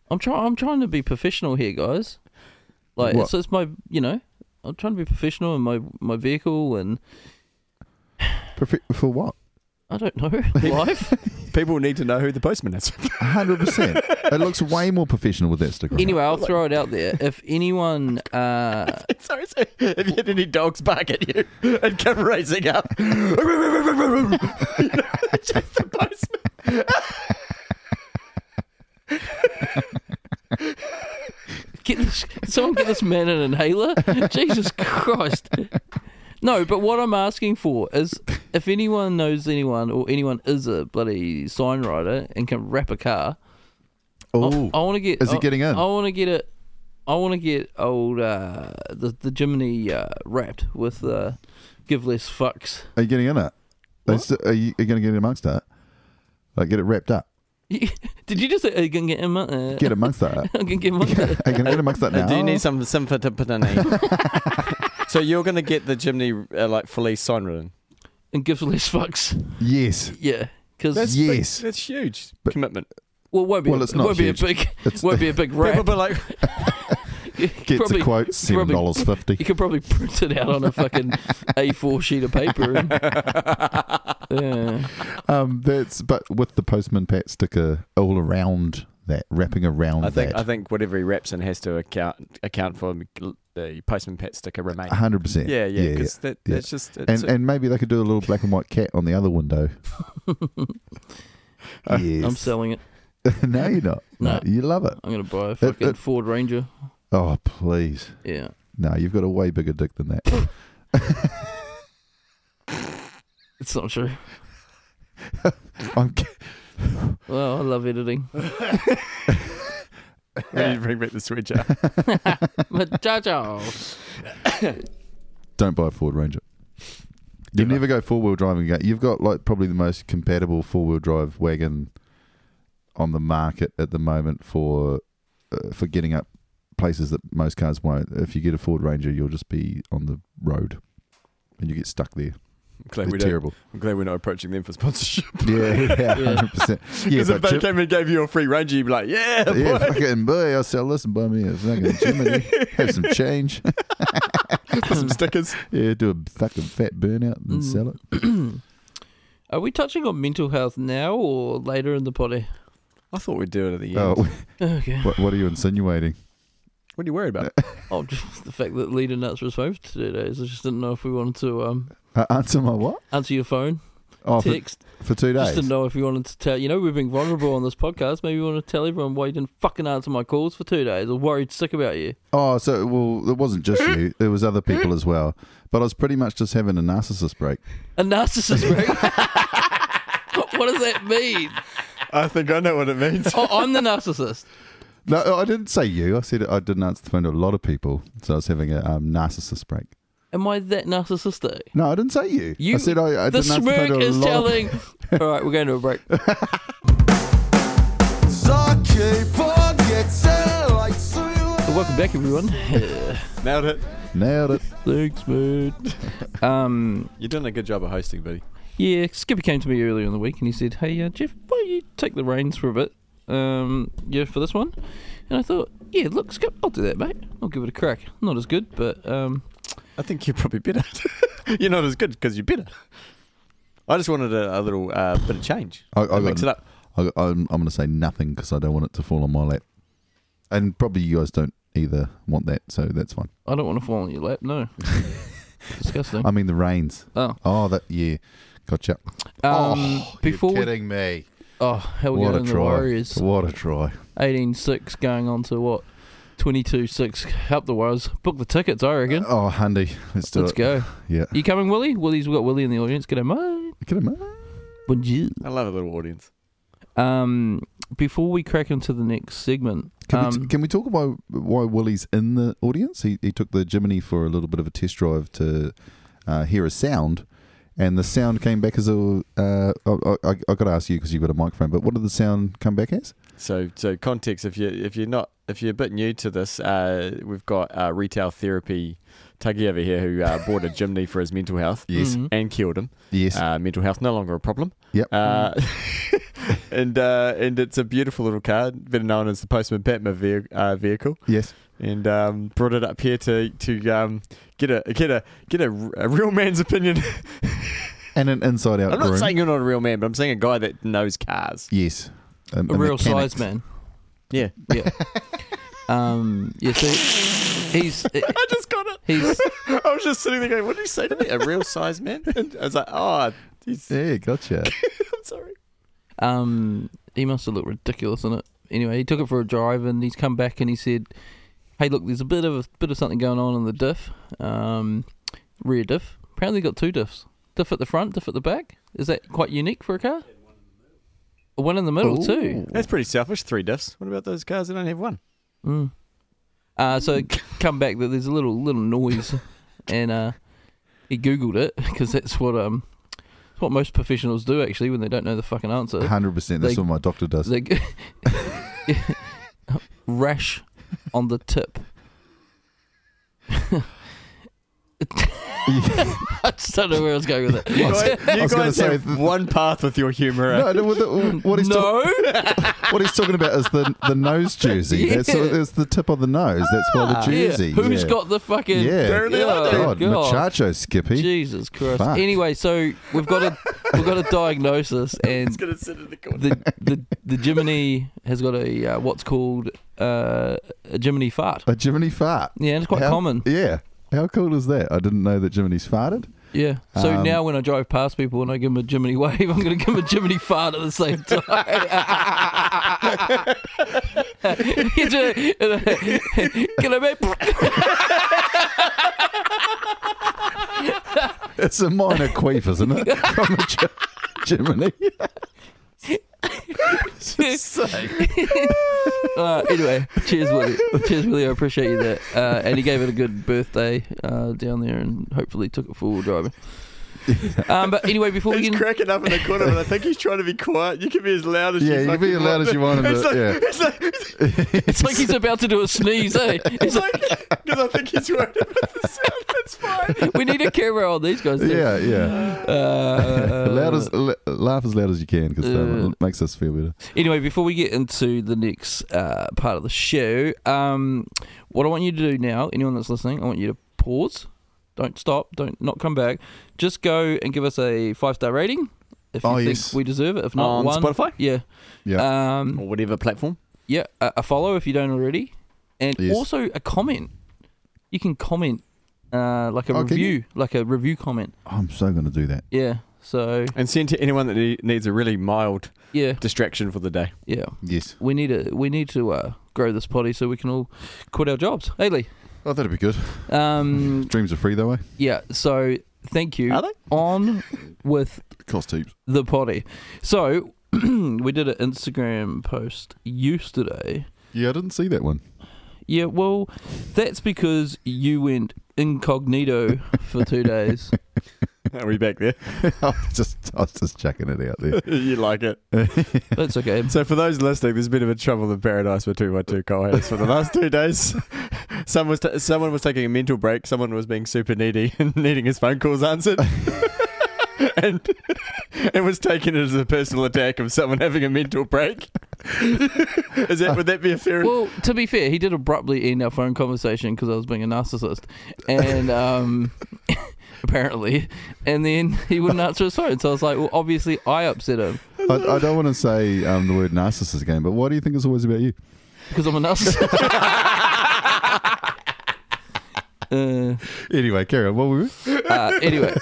I'm trying. I'm trying to be professional here, guys. Like,
What?
so it's my, you know, I'm trying to be professional in my my vehicle, and
Perfe- For what?
I don't know *laughs* life.
People need to know who the postman is. *laughs*
100%. it looks way more professional with that sticker. on it.
Anyway, I'll throw it out there. If anyone, uh,
sorry, sorry. If you had any dogs bark at you and come racing up, *laughs* you know, it's just the postman.
get this, someone get this man an inhaler. Jesus Christ. No, but what I'm asking for is if anyone knows anyone or anyone is a bloody sign writer and can wrap a car, I,
Oh,
want to get.
Is it
I-
getting in?
I want to get it. I want to get old uh, the the Jiminy uh, wrapped with uh, give less fucks. *laughs*
are you getting in it? Are you, are you going to get in amongst that? Like, get it wrapped up.
Did you just say "Oh, gonna get him? Uh, *laughs*
Get
*laughs*
amongst that. *laughs*
I'm gonna get him. uh,
Are you going to get amongst that now?
Do you need some *laughs* sympathy? so you're going to get the chimney uh, like fully sign written.
and give less fucks.
Yes.
Yeah, because
That's big- Yes.
that's huge
But-
commitment.
well, it won't be.
Well,
a,
it's not
won't
huge.
be a big.
*laughs* It's,
Won't be a big
People
wrap.
be *laughs* like,
gets
probably-
a quote
probably-
$7.50.
*laughs*
you could probably print it out on a
*laughs*
fucking A4 sheet of paper. And, yeah.
Um, that's but with the postman pat sticker all around that, wrapping around
I think I
that,
think whatever he wraps in has to account account for the postman pat sticker remaining.
hundred percent.
yeah, yeah, because that,
yeah.
that's just it's *laughs*
And and maybe they could do a little black and white cat on the other window. yes.
I'm selling it.
*laughs* no, you're not.
No.
you love it.
I'm gonna buy a fucking
it-
Ford Ranger.
Oh please,
Yeah.
no, you've got a way bigger dick than that. *laughs*
It's not true.
*laughs* I'm, ki-
*laughs* Well, I love editing. *laughs*
we need to bring back the uh, sweet *laughs* jar.
Muchacho.
don't buy a Ford Ranger. You
Never.
never go four wheel drive and go. You've got like probably the most compatible four wheel drive wagon on the market at the moment for uh, for getting up places that most cars won't. If you get a Ford Ranger, you'll just be on the road, and you get stuck there.
I'm glad,
They're
we don't,
terrible.
I'm glad we're not approaching them for sponsorship.
Yeah, *laughs* yeah, hundred percent. Yeah,
Because if
but
they
Jim-
came and gave you a free Ranger, you'd be like, *laughs* yeah,
yeah,
boy.
fucking boy, I'll sell this and buy me a fucking Jiminy. Have *laughs* some change.
Put *laughs* some stickers.
Yeah, do a fucking fat burnout and then
Mm.
sell it.
*clears throat* Are we touching on mental health now or later in the potty?
I thought we'd do it at the end.
Oh, *laughs*
Okay.
what, what are you insinuating?
What are you worried *laughs* about?
Oh, *laughs* just the fact that leader nuts was phone for two days. I just didn't know if we wanted to um,
Uh, answer my what?
answer your phone
Oh, for,
text.
for two
Just
days.
didn't know if you wanted to tell. You know, we've been vulnerable on this podcast. Maybe you want to tell everyone why you didn't fucking answer my calls for two days. or worried sick about you.
Oh, so well, it wasn't just you. It was other people as well. But I was pretty much just having a narcissist break.
A narcissist, right? *laughs* what does that mean?
I think I know what it means.
Oh, I'm the narcissist.
No, I didn't say you. I said I didn't answer the phone to a lot of people, so I was having a um, narcissist break.
Am I that narcissistic?
No, I didn't say you.
You-
I said I, I
the
didn't answer the phone
smirk
to a
is
lot. of- *laughs*
telling. All right, we're going to a break. Welcome back,
*laughs*
everyone.
*laughs* Nailed it.
Nailed it.
Thanks, mate. Um,
You're doing a good job of hosting, buddy.
yeah, Skippy came to me earlier in the week and he said, "Hey, uh, Jeff, why don't you take the reins for a bit? Um, yeah, for this one." And I thought, "Yeah, look, Skip, I'll do that, mate. I'll give it a crack. Not as good, but um,
I think you're probably *laughs* better. you're not as good because you're better. I just wanted a, a little uh, bit of change.
I, I
To
got,
mix it up.
I, am I'm going to say nothing because I don't want it to fall on my lap, and probably you guys don't either want that, so that's fine.
I don't want to fall on your lap.
*laughs*
No, disgusting.
I mean the rains.
Oh,
Oh, that yeah, gotcha.
um,
oh,
before
you're
we,
kidding me.
oh, hell, we
What
got
a
in the
try.
Warriors.
What a try.
18 6 going on to what? 22 6. Help the Warriors. Book the tickets, I reckon.
Oh, handy. Let's do
Let's
it.
go.
*laughs* Yeah.
You coming, Willie? Willie's got Willie in the audience. G'day, mate.
Get him.
Bonjour.
I love a little audience.
Um, before we crack into the next segment,
Can,
um,
we t- can we talk about why Willie's in the audience? He, he took the Jiminy for a little bit of a test drive to uh, hear a sound, and the sound came back as a. Uh, I, I, I got to ask you because you've got a microphone, but what did the sound come back as?
So, so context. If you if you're not if you're a bit new to this, uh, we've got uh, retail therapy Tuggy over here who uh, bought a chimney for his mental health
mhm.
and killed him.
Yes.
Uh, mental health no longer a problem.
Yep.
Uh, *laughs* and uh, and it's a beautiful little car, better known as the Postman Batman ve- uh, vehicle.
yes.
and um, brought it up here to to um, get a get a get a, r- a real man's opinion.
And an inside out
I'm not
groom.
saying you're not a real man, but I'm saying a guy that knows cars.
yes. A,
a real size man.
Yeah,
Yeah. um, yeah, so he's. eh,
I just got it.
He's
*laughs* I was just sitting there going, "What did you say to me? A real size *laughs* man?" And I was like, "Oh, he's, I'm
Yeah, gotcha.
sorry."
Um, he must have looked ridiculous in it. Anyway, he took it for a drive and he's come back and he said, "Hey, look, there's a bit of a bit of something going on in the diff, um, rear diff. Apparently, got two diffs. Diff at the front, diff at the back. Is that quite unique for a car? One in the middle too.
Ooh.
That's pretty selfish. Three diffs. What about those cars that don't have one?
Mm. Uh, so come back that there's a little little *laughs* noise, and uh, he googled it because that's what um, that's what most professionals do actually when they don't know the fucking answer.
100%. That's
They-
what my doctor does. *laughs*
They g- *laughs* rash on the tip. *laughs* I just don't know where I was going *laughs* with it.
You
was-
guys,
I
you
was gonna
guys
say-
have one path with your humour. eh?
no, no, what, the- what he's talking
no,
what he's talking about is the the nose
*laughs*
jersey.
Yeah. Ah,
That's it's the tip of the nose. That's why the jersey.
Yeah. Who's
yeah.
got the fucking?
Yeah.
Barely
Oh,
I did.
God, machacho Skippy.
Jesus Christ.
Fuck.
Anyway, so we've got a we've *laughs* got a diagnosis, and
It's gonna sit in the corner.
the the the Jiminy has got a uh, what's called uh, a Jiminy fart.
A Jiminy fart.
Yeah, and it's quite
How-
common.
Yeah. How cool is that? I didn't know that Jiminy's farted.
Yeah. So
Um,
now when I drive past people and I give them a Jiminy wave, I'm going to give them a Jiminy *laughs* fart at the same *laughs* time. You do- *laughs* Can I make?
It's a minor queef, isn't
*laughs*
it? From a G- Jiminy.
*laughs* uh, anyway, cheers, Willie. Cheers, Willie. I appreciate you there. Uh, and he gave it a good birthday uh, down there, and hopefully took it four wheel driving. Um, but anyway, before we
He's
get in-
cracking up in the corner, but I think he's trying to be quiet. You can be as loud as
Yeah,
you
you can be
fucking
as loud as you want in
It's
the-
like,
yeah.
it's like,
it's like he's about to do a sneeze,
*laughs*
eh?
it's like, because I think he's worried about the sound. That's fine.
We need a camera on these guys. too.
yeah, yeah. *laughs*
Uh,
loud as, la- laugh as loud as you can because
Uh.
it makes us feel better.
Anyway, before we get into the next uh, part of the show, um, what I want you to do now, anyone that's listening, I want you to pause. Don't stop. Don't not come back. Just go and give us a five star rating if you
Oh,
think
yes.
we deserve it. If not,
On
one.
Spotify?
Yeah.
Yeah.
Um,
Or whatever platform.
yeah. A, a follow if you don't already, and
Yes.
also a comment. You can comment uh, like a
Oh, can you?
review, like a review comment.
I'm so going to do that.
Yeah. So
And send to anyone that ne- needs a really mild
yeah,
distraction for the day.
yeah.
Yes.
We need a we need to uh, grow this potty so we can all quit our jobs. Hey Lee.
Oh, that'd be good.
*laughs*
Um,
Dreams are free, though, eh?
yeah, so thank you.
Are they?
On with
Cost heaps.
the potty. So *clears throat* we did an Instagram post yesterday.
Yeah, I didn't see that one. *laughs*
Yeah, well, that's because you went incognito for
*laughs*
two days.
*laughs* Are we back there?
I was just, I was just checking it out there.
you like it.
That's okay.
So for those listening, there's been a bit of trouble in paradise for two by two co-hosts for the last two days. *laughs* Someone was ta someone was taking a mental break. Someone was being super needy *laughs* and needing his phone calls answered, *laughs* and and was taking it as a personal attack of someone having a mental break. *laughs* Is that would that be a fair?
Well, to be fair, he did abruptly end our phone conversation because I was being a narcissist,
*laughs*
and um, *laughs* apparently, and then he wouldn't answer his phone. So I was like, well, obviously, I upset him
I, I don't want to say um, the word narcissist again, but why do you think it's always about you?
because I'm a
*laughs*
narcissist. uh,
Anyway, carry on. What were we?
Uh, anyway,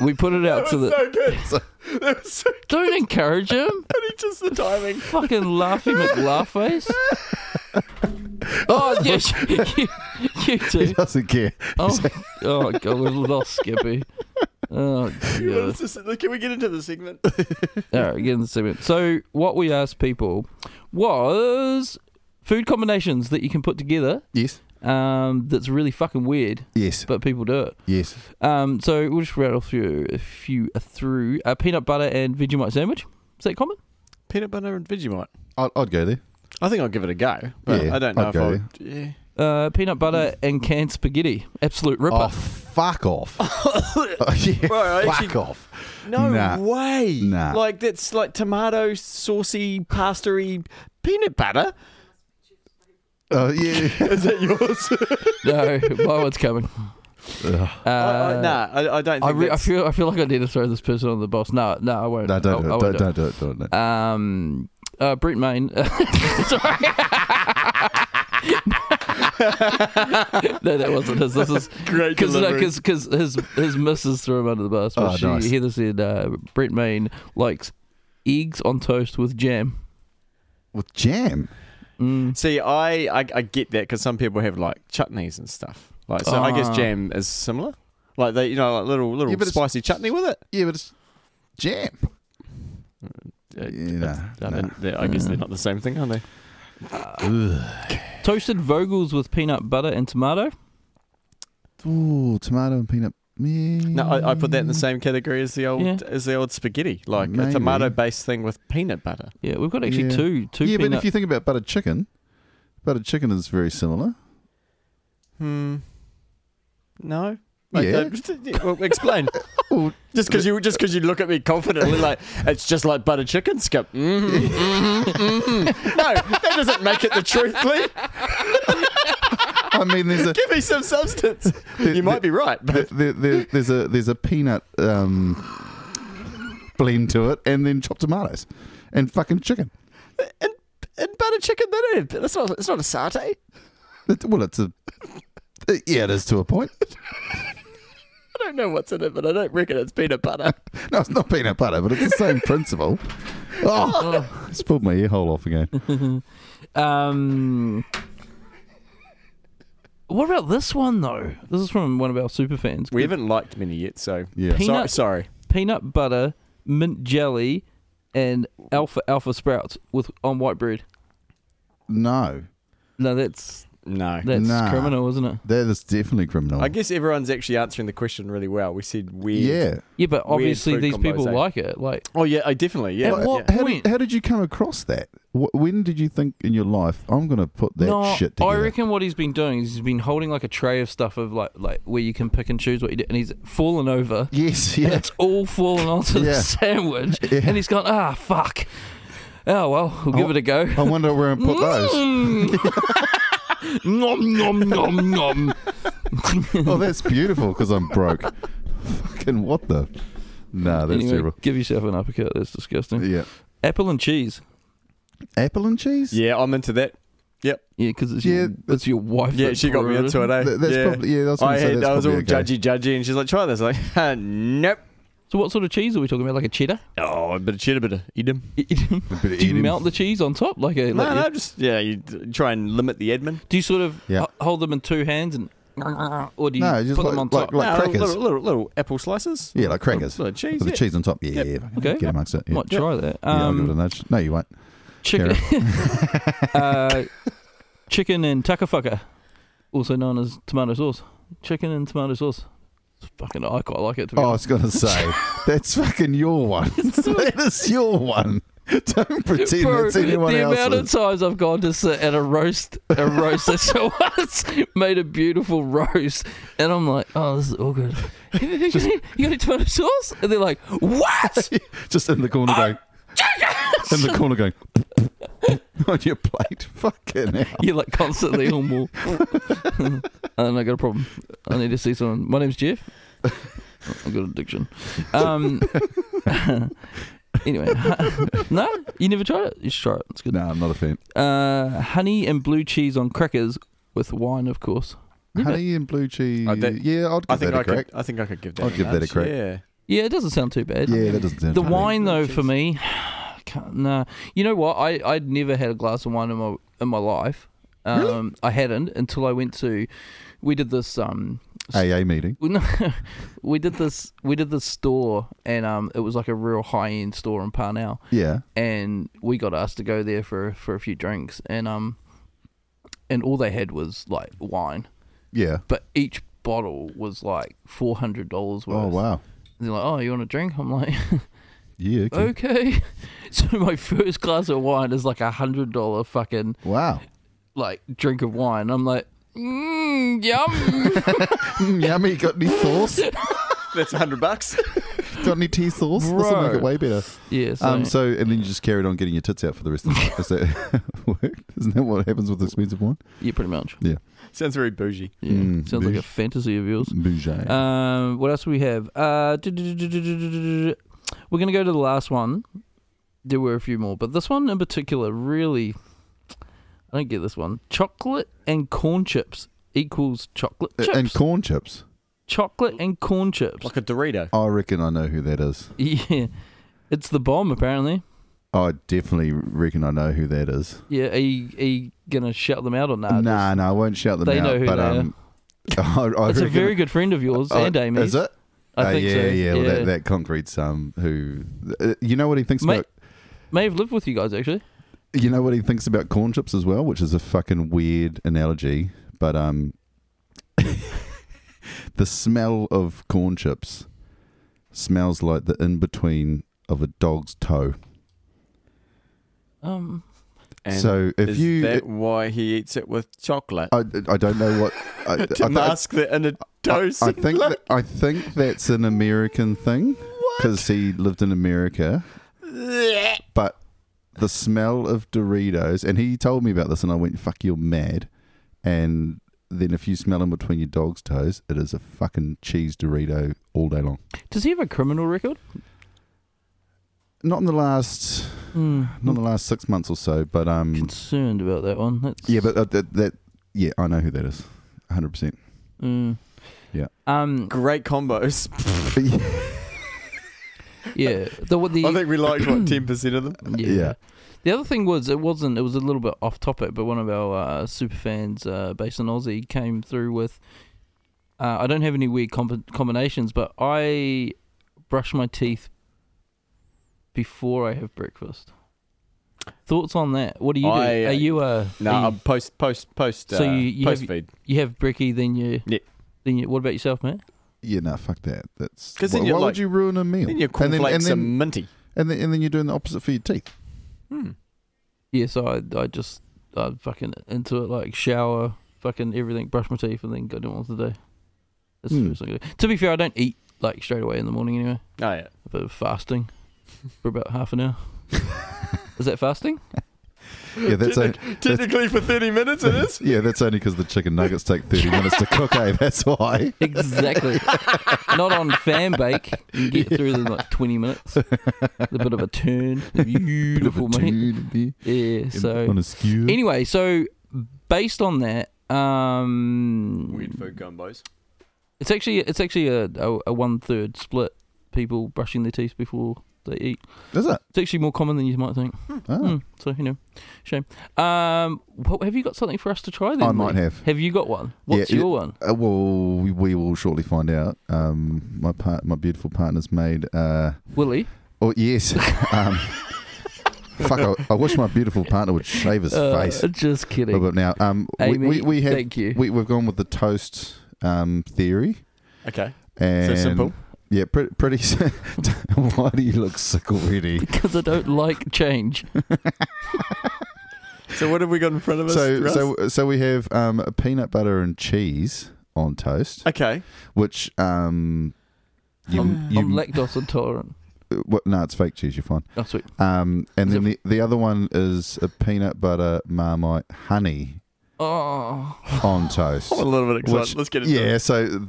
we put it out to the.
so good. *laughs* that was so
Don't encourage him.
funny, just the
*laughs*
timing.
Fucking laughing McLaughface. Oh
*laughs*
yes, you, you
*laughs* He
too.
doesn't care.
Oh, oh god, we lost Skippy.
*laughs*
Oh
What
god.
is this? Can we get into the segment?
All right, get in the segment. So what we asked people was food combinations that you can put together.
Yes.
Um, that's really fucking weird,
Yes.
but people do it.
Yes.
Um, so we'll just rattle through a few uh, through a peanut butter and Vegemite sandwich. Is that common?
Peanut butter and Vegemite.
I'd, I'd go there.
I think I'll give it a go, but
Yeah,
I don't know
I'd
if
go
I'll. Yeah.
Uh, peanut butter and canned spaghetti. Absolute ripper.
Oh, fuck Mm. off. Oh, yeah,
Bro, I
fuck
actually-
off.
No
Nah.
way.
Nah.
Like that's like tomato saucy pastery peanut butter.
Oh, yeah. *laughs*
Is that yours?
*laughs* No, my one's coming. Uh,
*laughs* I, I, nah, I, I don't. Think
I, re- I
that's-
feel I feel like I need to throw this person on the boss. No, no, I won't.
No,
I,
don't
Oh, I
do
won't
it. Don't, don't do it. Don't do it.
Um, uh, Brent Main. *laughs* Sorry. *laughs* no, that wasn't his. This is
Great
because
delivery.
because his his missus threw him under the bus. But
Oh,
she
nice.
Heather said uh, Brent Main likes eggs on toast with jam.
With jam.
Mm.
See, I I, I get that because some people have like chutneys and stuff. Like, so I guess
Ah.
jam is similar. Like they, you know, like little little
Yeah, but it's-
spicy chutney with it.
Yeah, but it's jam.
Uh,
Yeah,
I,
nah, nah.
don't- I guess they're not the same thing, are they?
Toasted Vogels with peanut butter and tomato.
Ooh, tomato and peanut. Yeah.
No, I, I put that in the same category as the old
Yeah.
as the old spaghetti, like a
Maybe.
tomato based thing with peanut butter.
Yeah, we've got actually
Yeah.
two two
Yeah,
peanut.
but if you think about buttered chicken, buttered chicken is very similar.
Hmm. No.
Yeah.
that- *laughs* yeah, well, explain.
*laughs* Well,
just because you just because you look at me confidently, like it's just like butter chicken skip. hmm No, that doesn't make it the truth, Lee.
I mean,
*laughs*
there's a
Give me some substance. You might be right,
there,
but
there, there- there's a there's a peanut um, blend to it, and then chopped tomatoes, and fucking chicken.
and, and butter chicken, they don't have, that's not it's not a satay.
It- well, it's a yeah, it is to a point. *laughs*
I don't know what's in it, but I don't reckon it's peanut butter.
No, it's not peanut butter, but it's the same
*laughs*
principle. Oh, I pulled my ear hole off again.
Um, what about this one though? This is from one of our super fans.
We haven't liked many yet, so
Yeah.
Peanut-
sorry. sorry.
Peanut butter, mint jelly, and alpha alpha sprouts with on white bread.
No,
No, that's
No.
That's
Nah.
criminal, isn't it?
That is definitely criminal.
I guess everyone's actually answering the question really well. We said weird.
yeah.
Yeah, but obviously
food
these
combos,
people
eh?
like it. Like,
Oh yeah, I definitely yeah.
At what
yeah.
How
point?
did, how did you come across that? Wh- When did you think in your life I'm going to put that
no,
shit together?
I reckon what he's been doing is he's been holding like a tray of stuff of like like where you can pick and choose what you do, and he's fallen over.
Yes, *laughs*
and
yeah.
it's all fallen onto the
Yeah.
sandwich,
*laughs* Yeah.
and he's gone, ah, fuck. Oh well, we'll give it a go.
I wonder where I
*laughs*
put those.
Mm.
*laughs*
*laughs* nom nom nom nom.
Oh, that's beautiful because I'm broke. Fucking what the? Nah, that's
anyway,
terrible.
give yourself an uppercut. That's disgusting.
Yeah,
Apple and cheese.
apple and cheese.
Yeah, I'm into that.
Yeah, because it's,
Yeah,
your it's your wife.
Yeah,
that
she got me
brewed
into it. Eh?
Th- that's
yeah.
probably yeah. That's what
I
I'm saying,
had,
that's
I was all
probably okay.
judgy, judgy, and she's like, "Try this." I was like, *laughs* "Uh, nope.
So what sort of cheese are we talking about? Like a
*laughs*
cheddar?
Oh, a bit of cheddar, bit of Edam.
Do
A bit of
you
eating.
melt the cheese on top? Like a?
No,
like-
no, just yeah. You d- try and limit the admin.
Do you sort of
Yeah.
h- hold them in two hands and, *laughs* or do you
No,
put
just like-
them on top?
Like
No,
crackers.
little, little, little apple slices.
Yeah, like crackers.
Oh,
Little, little cheese.
With the
yeah.
cheese on top. Yeah, yeah. fucking
Okay.
Get amongst it. Yeah,
Might try that.
yeah I'll
Um,
give it a nudge. No, you won't.
chicken, *laughs* uh, chicken and takafuka, also known as tomato sauce. Chicken and tomato sauce. It's fucking, I quite like it. To be
Oh, I
honest.
was gonna say that's fucking your one. that is your one. Don't pretend
Bro,
that's anyone
the amount of
else's.
times I've gone to sit at a roast, a roast that *laughs* someone's made a beautiful roast, and I'm like, oh, this is all good. *laughs* you got any tomato sauce? And they're like,
*laughs*
what?
Just in the corner going. in the corner going. *laughs* on your plate. Fucking hell.
*laughs* You're like constantly on
*laughs*
wall. and I got a problem. I need to see someone. My name's Jeff. I've got addiction. Um, *laughs* anyway, *laughs* no, you never tried it. You should try it. It's good.
No, I'm not a fan.
Uh, honey and blue cheese on crackers with wine, of course. Yeah, but-
Honey and blue cheese.
I don't-
yeah, I'd
I
give
think
that a
I could.
crack.
I think I could give that.
I'll
a
give that a
nudge,
crack.
Yeah.
Yeah, it doesn't sound too bad.
Yeah, that doesn't sound
the
too bad.
wine
Blue
though for
cheese.
me, *sighs* can't, nah. You know what? I I'd never had a glass of wine in my in my life. Um, I hadn't until I went to. We did this um
AA meeting.
Well, no, we did this. We did this store, and um, it was like a real high end store in Parnell,
Yeah.
and we got asked to go there for for a few drinks, and um, and all they had was like wine,
Yeah.
but each bottle was like four hundred dollars worth.
Oh wow.
And they're like, "Oh, you want a drink?" I'm like, *laughs*
Yeah. Okay.
"Okay." *laughs* So my first glass of wine is like a hundred dollar fucking
Wow. *laughs*
like drink of wine. I'm like, mm,
*laughs*
"Yum."
Mm, yummy. Got any sauce?
That's a hundred bucks. *laughs*
Got any tea sauce? This will
Bro.
make it way better.
yeah. So,
Um, so, and then you just carried on getting your tits out for the rest of the night. Does that *laughs* work? Isn't that what happens with expensive wine?
yeah, pretty much.
Sounds very bougie.
Yeah.
Mm,
Sounds like a
bouge.
fantasy of yours.
Bougie.
Um, what else do we have? Uh, du- du- du- du- du- du- du- du- we're gonna go to the last one. There were a few more, but this one in particular really, I don't get this one. Chocolate and corn chips equals chocolate
A-
chips.
and corn chips.
chocolate and corn chips.
Like a Dorito.
I reckon I know who that is.
*laughs* Yeah, it's the bomb apparently.
I definitely reckon I know who that is.
Yeah, are you, are you gonna shout them out or not?
Nah, nah, I won't shout them
Uh, They
out.
know who
but
they are.
um, I, *laughs* I
it's a
reckon,
very good friend of yours
I-
and Amy's.
Is it?
I
Uh,
think
yeah,
so.
yeah, Well, that, that concrete's um, who. Uh, you know what he thinks
Mate-
about.
May have lived with you guys actually.
You know what he thinks about corn chips as well, which is a fucking weird analogy, but um, *laughs* the smell of corn chips smells like the in between of a dog's toe.
Um,
so if
is
you,
that why he eats it with chocolate *laughs*
I, I don't know what I, I,
to
I-
mask the inner
I,
dose.
I
of *laughs*
think
lo-
that, I think that's an American thing because he lived in America, but the smell of Doritos, and he told me about this, and I went, "Fuck, you're mad." And then if you smell them between your dog's toes, it is a fucking cheese Dorito all day long.
does he have a criminal record?
Not in the last,
Hmm.
not in the last six months or so, but um,
concerned about that one. That's,
yeah, but uh, that, that, yeah, I know who that is, hundred percent.
Mm.
Yeah.
Um.
Great combos.
Yeah. The what the
I think we liked *clears throat* what ten percent of them.
yeah.
yeah.
The other thing was it wasn't. It was a little bit off topic, but one of our uh, super fans uh, based in Aussie came through with. Uh, I don't have any weird com- combinations, but I brush my teeth before I have breakfast. Thoughts on that? What do you do?
I, uh,
are you a
No,
are you-
I'll post, post, post,
So
uh,
you- you
post
have-
feed.
you have Bricky, then you
Yeah.
then you. What about yourself, man?
Yeah, no, fuck that. That's
'Cause
why,
then you're
why
like-
would you ruin a meal?
Then your
and then, and
cornflakes are
then,
minty.
and then and then you're doing the opposite for your teeth.
Hmm.
Yes, I I just I fucking into it like shower, fucking everything, brush my teeth, and then go do it once a day. That's the
Hmm.
first thing I do. To be fair, I don't eat like straight away in the morning anyway.
Oh yeah.
A bit of fasting for about half an hour. Is that fasting?
Yeah, that's a,
Technically for 30 minutes it *laughs* is.
yeah, that's only because the chicken nuggets take thirty minutes to cook. eh? that's why.
*laughs* Exactly. Not on fan bake. You get through them in like twenty minutes. A
*laughs*
bit of a turn.
Bit of a
Beautiful, mate.
tune there
Yeah.
in-
So
on a skew.
anyway, so based on that, um,
food combos.
It's actually it's actually a a, a one third split. People brushing their teeth before they eat.
Is it?
It's actually more common than you might think.
Ah,
Mm, so you know, shame. Um, wh- have you got something for us to try? Then
I might
Lee?
have.
Have you got one?
Yeah,
What's
it-
your one?
Uh, well, we, we will shortly find out. Um, my part, my beautiful partner's made. Uh,
Willie.
oh yes. *laughs* um, fuck! I, I wish my beautiful partner would shave his
Uh,
face.
Just
Oh,
kidding.
But now, um, we,
Amy,
we, we have
thank you.
we, we've gone with the toast um, theory.
Okay.
And
simple?
Yeah, pretty. pretty *laughs* s- Why do you look sick
*laughs*
already?
because I don't like change.
So what *laughs* have we got in front of us?
so,
Russ?
so, so we have um, peanut butter and cheese on toast,
okay.
which um, you,
I'm,
you uh,
I'm lactose intolerant.
what, no, it's fake cheese. You're fine.
Oh, sweet.
Um, and
Is
then the, the other one is a peanut butter marmite honey
Oh,
*laughs*
on toast.
I'm a little bit excited.
Which-
Let's get into it.
yeah, so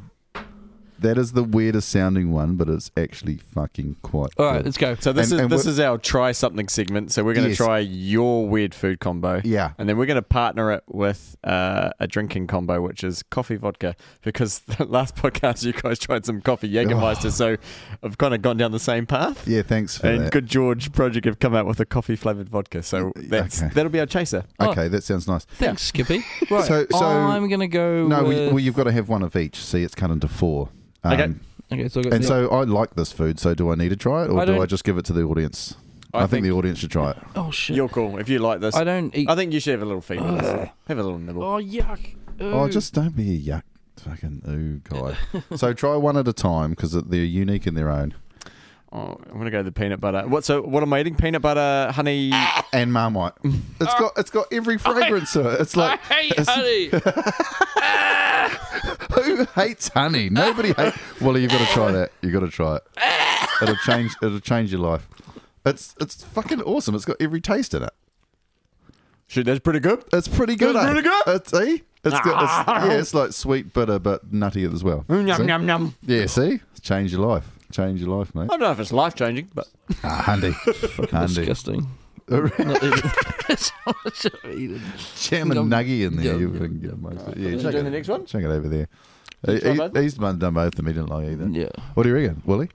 that is the weirdest sounding one, but it's actually fucking quite.
all right,
good.
let's go.
So this
And-
is
and
this
we're-
is our try something segment. So we're going to
Yes.
try your weird food combo,
yeah.
and then we're going to partner it with uh, a drinking combo, which is coffee vodka. Because *laughs* the last podcast you guys tried some coffee Jägermeister, so I've kind of gone down the same path.
Yeah, thanks for
And
that.
Good George Project have come out with a coffee flavored vodka, so that's
Okay.
that'll be our chaser.
Oh.
Okay, that sounds nice.
Thanks, Skippy. Right,
*laughs* So- so-
I'm gonna go.
No, we,
with...
well, you've got to have one of each. See, it's cut into four. Um,
Okay.
okay. So I got
And
the-
so I like this food. So do I need to try it, or
I
do
don't-
I just give it to the audience? I,
I,
think,
think,
the audience should try it.
oh shit,
you're cool if you like this.
I
I,
don't eat.
think you should have a little feed. of this. Have a little nibble.
Oh yuck!
Oh,
Ooh.
just don't be a yuck, fucking ooh guy. so try one at a time because they're unique in their own.
Oh, I'm gonna go with the peanut butter. What? So what am I eating? Peanut butter, honey.
*laughs*
And Marmite, it's got it's got every fragrance to it. It's like *laughs*
hey, honey.
who hates honey? Nobody hates. Well, you've got to try that. You've got to try it. It'll change. It'll change your life. It's it's fucking awesome. It's got every taste in it.
Shoot, that's pretty good.
It's pretty good.
That's
eh?
pretty good. Ah.
It's eh? It's good. It's, yeah, it's like sweet, bitter, but nutty as well.
Mm,
See?
Yum yum yum.
Yeah, see, change your life. Change your life, mate.
I don't know if it's life changing, but
Ah,
*laughs*
handy, handy.
Disgusting.
*laughs* Jam
Not eating. That's all I should have eaten.
and nuggy in there.
Yum,
you
yum,
can get
yum.
most of it.
Should we
Yeah,
do
check
the
it,
next one?
check it over there.
Should we try
He-
both?
he- He's done done both of them. He didn't like either.
Yeah.
What do you reckon, Willie?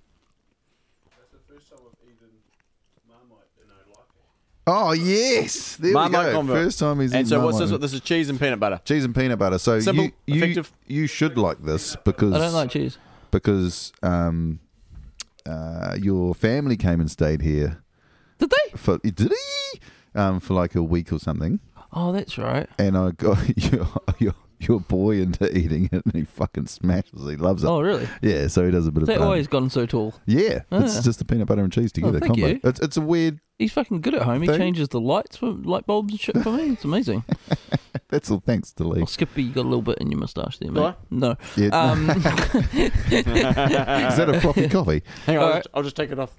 Oh yes, there
Marmite
we go.
combo.
First time he's
and
eaten
so what's
Marmite.
this? This is cheese and peanut butter.
Cheese and peanut butter. So
Simple,
you you,
effective.
you should like this
I don't
because
like cheese.
because um uh your family came and stayed here
Did they?
for did he? um for like a week or something,
Oh, that's right.
and I got *laughs* your your your boy into eating it, and he fucking smashes. it. He loves it.
Oh, really?
Yeah, so he does a bit
They
of. um,
always gotten so tall.
yeah,
Ah. Oh,
it's just the peanut butter and cheese together
thank
combo.
you.
It's it's a weird.
He's fucking good at home. He
Thing?
changes the lights for light bulbs and shit for me. It's
*laughs*
amazing.
That's all thanks to Lee.
Oh, Skippy, you got a little bit in your moustache there, mate.
I?
No.
Yeah. *laughs*
Um, *laughs*
Is that a floppy coffee?
Hang on, I'll,
Alright.
just, I'll just take it off.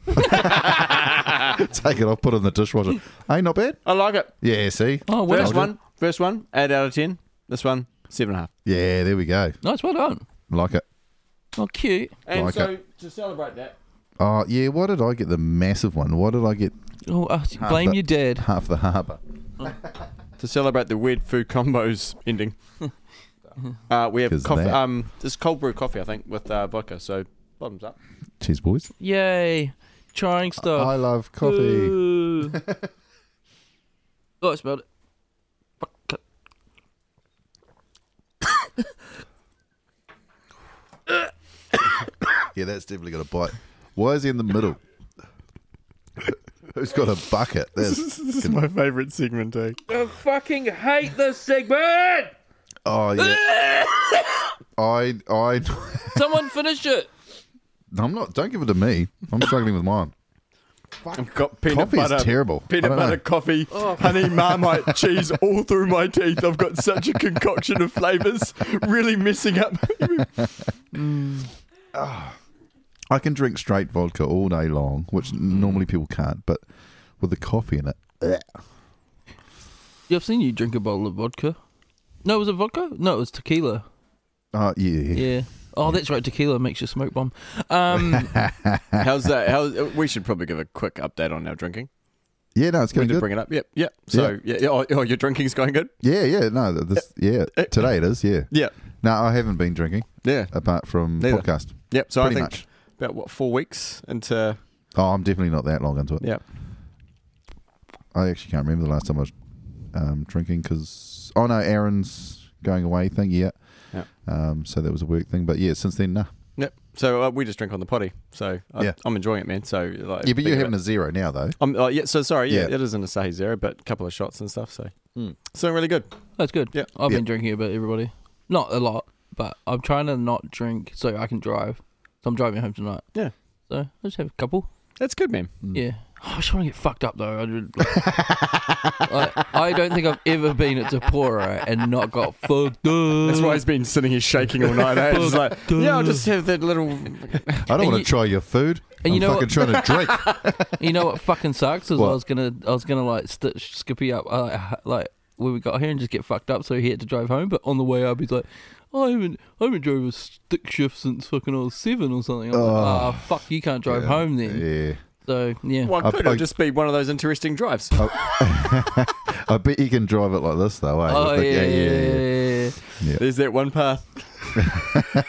*laughs*
Take it off, put it in the dishwasher. Hey, not bad.
I like it.
Yeah, see.
oh, well
First
done.
one, first one, eight out of ten. This one, seven and a half.
Yeah, there we go.
Nice, well done.
Like it.
Oh, cute.
And
Like
so to celebrate that,
Oh yeah, why did I get the massive one? Why did I get
Oh, uh,
Half
blame
the-
your dad.
half the harbour?
to celebrate the weird food combos *laughs* ending, uh, we have
'Cause
coffee.
that-
Um, this cold brew coffee, I think, with uh, vodka. So bottoms up.
Cheers, boys.
Yay. Trying stuff.
I love coffee. *laughs*
Ooh. oh, I smelled it. Fuck.
Yeah, that's definitely got a bite. Why is he in the middle? Who's got a bucket? There's,
This is my favorite segment, eh?
I fucking hate this segment.
oh yeah.
*laughs*
I I
Someone finish it.
I'm not. Don't give it to me. I'm struggling with mine.
I've got peanut
Coffee is
butter.
terrible. I
Peanut
don't
butter,
know.
coffee, *laughs* honey, marmite, cheese all through my teeth. I've got such a concoction of flavors, really messing up.
I can drink straight vodka all day long, which
Mm.
normally people can't, but with the coffee in it.
Yeah, I've seen you drink a bottle of vodka. No, was it vodka? No, it was tequila.
Oh yeah.
Yeah. Oh, that's right. Tequila makes you smoke bomb.
*laughs*
Um,
How's that? How's, we should probably give a quick update on our drinking.
Yeah, no, it's
We
going
did
good.
bring it up. Yep, yep. So, yeah. yeah. Oh, oh, your drinking's going good?
yeah, yeah, no, th- this, yeah.
eh.
Today it is, yeah.
Yeah.
No, I haven't been drinking
Yeah.
apart from
Neither.
podcast.
Yep. So,
Pretty
I think
much.
about, what, four weeks into.
Oh, I'm definitely not that long into it.
Yeah.
I actually can't remember the last time I was um, drinking because oh no, Aaron's going away thing. Yeah.
Yeah.
Um, so that was a work thing, but yeah, since then, nah.
Yep. So, uh, we just drink on the potty. So, I,
Yeah.
I'm enjoying it, man. So, like,
Yeah, but
think
you're
of
having
it.
a zero
*laughs*
now though.
I'm, uh, yeah, so sorry. Yeah,
Yeah.
it isn't a Sahi Zero, but a couple of shots and stuff. So,
Mm.
so really good.
that's good.
Yeah.
I've
Yeah.
been drinking a bit, everybody. Not a lot, but I'm trying to not drink so I can drive. So I'm driving home tonight.
Yeah.
So I just have a couple.
That's good, man.
Mm.
Yeah. Oh, I just want to get fucked up though. I, did-
*laughs*
like, I don't think I've ever been at Sephora and not got fucked up.
That's why he's been sitting here shaking all night. Eh? It's like, yeah, I'll just have that little.
I
And
don't want to
you-
try your food.
and you
I'm
know
fucking trying to drink.
You know what fucking sucks is I
What?
was gonna I was gonna like stitch Skippy up uh, like when we got here and just get fucked up, so he had to drive home. But on the way up, he's like, I haven't I haven't drove a stick shift since fucking I was seven or something. I'm like,
Oh.
ah, fuck, you can't *laughs* drive
Yeah.
home then.
yeah.
So yeah,
Why
I-
could it
I-
just be one of those interesting drives?
I bet you can drive it like this though. Eh?
oh
With the-
yeah, yeah,
yeah.
yeah,
There's that one path
yeah.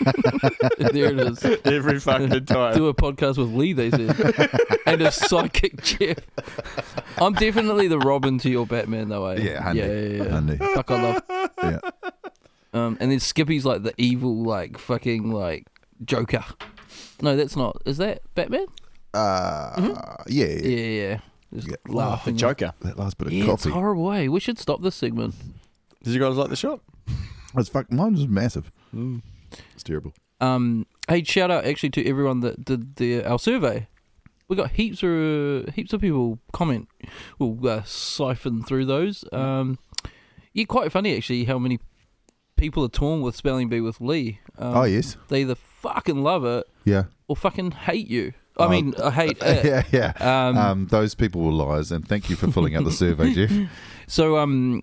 there it
*laughs*
is.
every fucking time.
Do a podcast with Lee, they
*laughs*
said, and a psychic Jeff. I'm definitely the Robin to your Batman, though. Eh?
Yeah,
yeah,
honey.
yeah, yeah.
I knew.
Fuck, I love *laughs*
Yeah.
Um, and then Skippy's like the evil, like fucking like Joker. No, that's not. Is that Batman?
Uh, yeah,
Mm-hmm. Yeah, yeah. Just
Yeah.
Oh, the
laughing.
Joker.
That last bit of
Yeah, it's
coffee.
horrible. eh? We should stop this segment.
Did you guys like the shot?
It's fuck. Mine was massive. It's terrible.
Um, hey, shout out actually to everyone that did the our survey. We got heaps of heaps of people comment. We'll uh, siphon through those. Um, yeah, quite funny actually how many people are torn with spelling bee with Lee. Um,
oh yes.
They either fucking love it
Yeah.
or fucking hate you. I
Oh.
mean, I
*laughs*
hate it.
yeah. Yeah.
Um,
Um, those people were liars, and thank you for filling
*laughs*
out the survey, Jeff.
so um,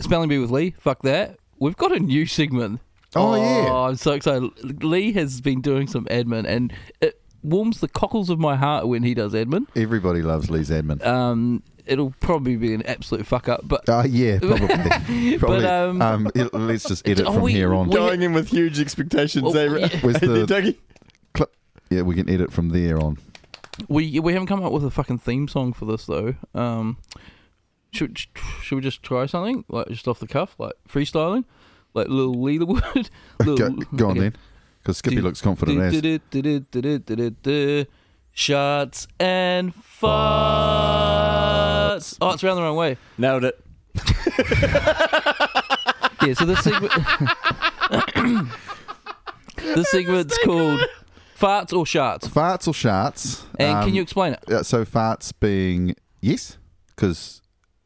spelling bee with Lee. Fuck that. We've got a new segment.
Oh, yeah.
I'm so excited. Lee has been doing some admin, and it warms the cockles of my heart when he does admin.
Everybody loves Lee's admin.
Um, it'll probably be an absolute fuck up, but
Uh,
*laughs*
yeah, probably. probably.
um,
um, it- let's
*laughs*
just edit
oh,
from
we-
here on.
we-
Going in with huge expectations,
Well,
eh?
yeah.
*laughs*
Where's
Hey,
the-
Dougie?
Clip. Yeah, we can edit from there on.
we we haven't come up with a fucking theme song for this though. Um, should should we just try something like just off the cuff, like freestyling, like little *laughs* Leaderwood? *laughs* Little,
Go, go
*laughs*
on
okay.
then, because Skippy
Do-
looks confident as.
Du-du-du-du-du-du-du-du. Shots and farts. Oh, it's around the wrong way.
Nailed it.
Yeah, so this segment. this segment's called Farts or Sharts.
farts or sharts?
And
Um,
can you explain it?
yeah, so farts being yes, because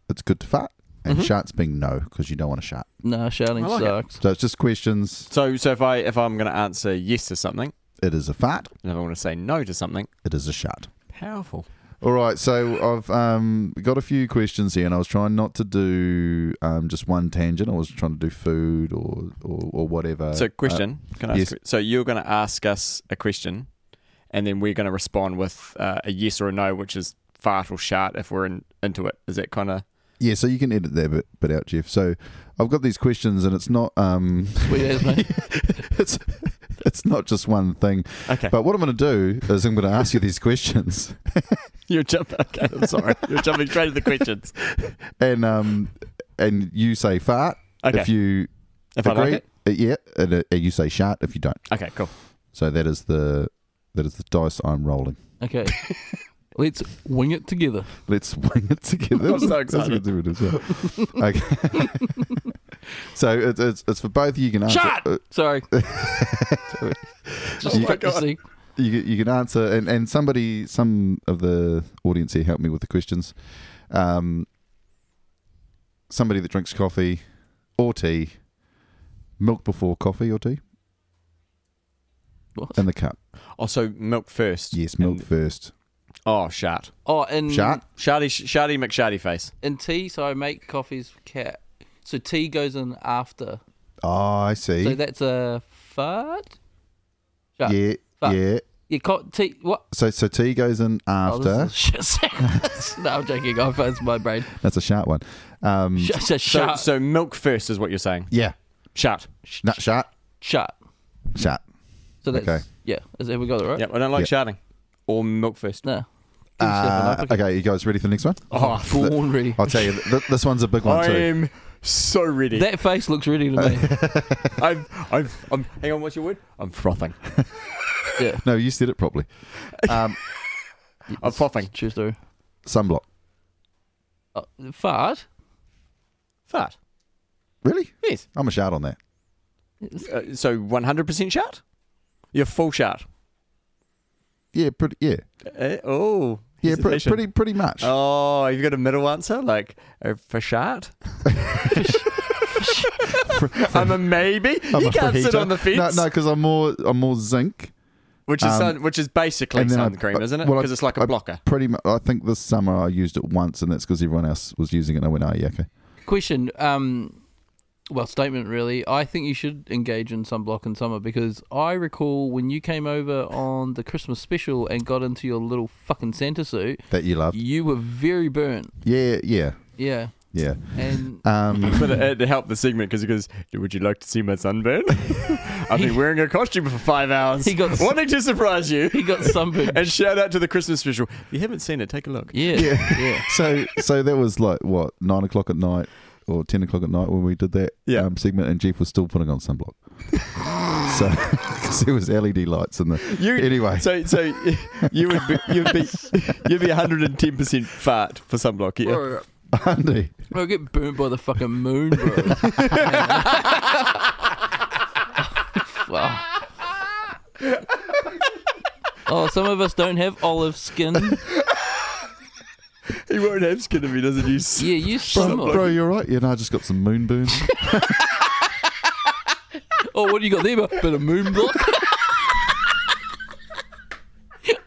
it's good to fart,
Mm-hmm.
and sharts being no, because you don't want to shart.
Nah, shouting
I like it.
sucks.
So it's just questions.
So, so if I if I'm going to answer yes to something,
It is a fart.
and if I want to say no to something,
It is a shart.
powerful.
All right, so I've um, got a few questions here, and I was trying not to do um, just one tangent. I was trying to do food or or, or whatever.
So, question. can I
Uh, yes.
ask? So, you're going to ask us a question, and then we're going to respond with uh, a yes or a no, which is fart or shart if we're in, into it. Is that kind of
Yeah, so you can edit that bit, bit out, Jeff. So I've got these questions, and it's not um,
Sweet as, mate.
*laughs* it's it's not just one thing.
okay?
But what I'm going to do is I'm going to ask you these questions, *laughs*
You're jumping. *laughs* Okay, I'm sorry. You're jumping straight to the questions.
and um, and you say fart
Okay.
if you
If
agree.
I like it.
Uh, Yeah, and, uh, and you say shart if you don't.
Okay, cool.
So that is the that is the dice I'm rolling.
Okay. Let's wing it together.
Let's *laughs* wing it together.
I'm so
That's a good difference, yeah. Okay. *laughs* so it's, it's it's for both. of you. You can answer.
Shut!
uh,
*laughs*
Sorry.
*laughs*
Sorry. Just
Oh my
fuck to
God.
see.
you, can- you can answer, and, and somebody, some of the audience here, helped me with the questions. Um, somebody that drinks coffee or tea, milk before coffee or tea,
What?
Um,
in the cup.
Also, milk first.
Yes, milk
And-
first.
Oh, shart.
Oh, and
Shut.
Shardy, shardy McShardy face.
and tea. So I make coffees cat. So tea goes in after.
Oh, I see.
So that's a fart. Shut.
yeah,
fuck.
yeah.
You caught tea. What?
So so tea goes in
Oh,
after.
this is *laughs* shit sentence. no, I'm joking. I it's my brain.
That's a sharp one. Um,
Shut. Shut.
So,
Shut.
so milk first is what you're saying.
yeah,
Shart.
no, sharp,
shut.
sharp.
So that's
Okay.
yeah. Is, have we got it right?
Yep, I don't like sharting. Or milk first.
No.
Uh, okay, you guys ready for the next one? *laughs*
Oh, born ready.
I'll tell you, th- this one's a big one
I
too.
am so ready.
That face looks ready to me.
*laughs* I've, I've, I'm, hang on, what's your word? I'm frothing.
yeah.
No, you said it properly. *laughs* Um,
I'm frothing.
True story.
sunblock.
Oh, fart.
Fart.
Really?
Yes.
I'm a shout on that.
Uh, so 100% shart? You're full shart.
Yeah, pretty. Yeah,
Uh, oh.
yeah, pre-
hesitation.
pretty, pretty much.
Uh,
Oh, you've got a middle answer? Like, uh, for
*laughs*
shart? I'm a maybe.
I'm
you
a
can't sit
fajita.
on the fence.
No, no, because I'm more, I'm more zinc.
Which is
Um,
sun, which is basically
and then
sun
I-
cream,
I-
isn't it?
well, I-
Because it's like a
I-
blocker.
Pretty much. I think this summer I used it once, and that's because everyone else was using it. and I went, oh yeah, okay.
Question. Um, well, statement really. I think you should engage in sunblock in summer because I recall when you came over on the Christmas special and got into your little fucking Santa suit,
That you loved.
you were very burnt.
Yeah, yeah,
Yeah.
yeah.
And *laughs*
*laughs*
Um,
But it, it helped the segment because he goes, "Would you like to see my sunburn? *laughs* I've been wearing a costume for five hours,
*laughs* He got-
wanting to surprise you."
he got sunburned.
And shout out to the Christmas special. If you haven't seen it, take a look.
Yeah.
Yeah.
Yeah.
so so that was like what nine o'clock at night or ten o'clock at night when we did that
Yeah.
um, segment, and Jeff was still putting on
*laughs*
sunblock. so *laughs* because there was LED lights in the
You,
anyway.
so *laughs* so you would be you'd be you'd be 110 percent fart for sunblock. Yeah.
Bro,
*laughs* Andy,
I get burnt by the fucking moon, bro. wow. Oh, some of us don't have olive skin.
He won't have skin if he doesn't use.
Yeah, you
bro,
sunblock.
bro, you're right. Yeah, no, I just got
*laughs*
some moonburn.
Oh, what do you got there? bro? Bit of moon block. *laughs*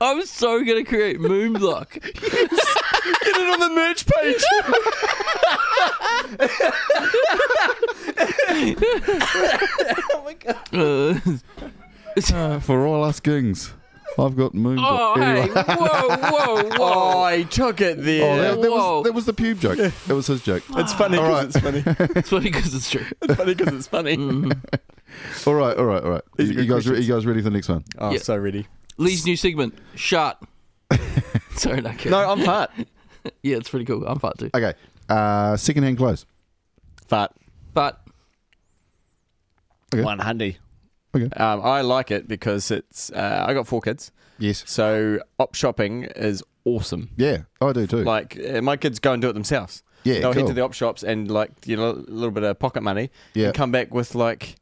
I'm so gonna create moon block.
Get it on the merch page.
Uh,
Uh, For all us gings, I've got moonburn.
*laughs* oh, hey,
Anyway.
whoa, *laughs* whoa,
*laughs* Oh,
whoa!
he took it
Oh,
there.
that, that
Whoa.
was that was the pube joke. That was his joke.
it's funny because
Alright.
it's funny.
It's funny because it's true. Mm-hmm.
It's funny because it's funny.
Mm.
All right, all right, all right. You,
These are good
you guys, re-
questions.
you guys ready for the next one?
Oh,
Yeah.
so ready.
Lee's new segment, shut. *laughs* Sorry, not kidding.
No, I'm fart.
Yeah, it's pretty cool. I'm part two.
Okay, uh, secondhand clothes.
Fart.
But
Okay.
One handy.
Okay.
Um, I like it because it's. Uh, I got four kids,
Yes.
so op shopping is awesome.
Yeah, I do too.
Like uh, my kids go and do it themselves.
Yeah,
They'll head
cool.
to the op shops and like you know a little bit of pocket money.
Yeah.
And come back with like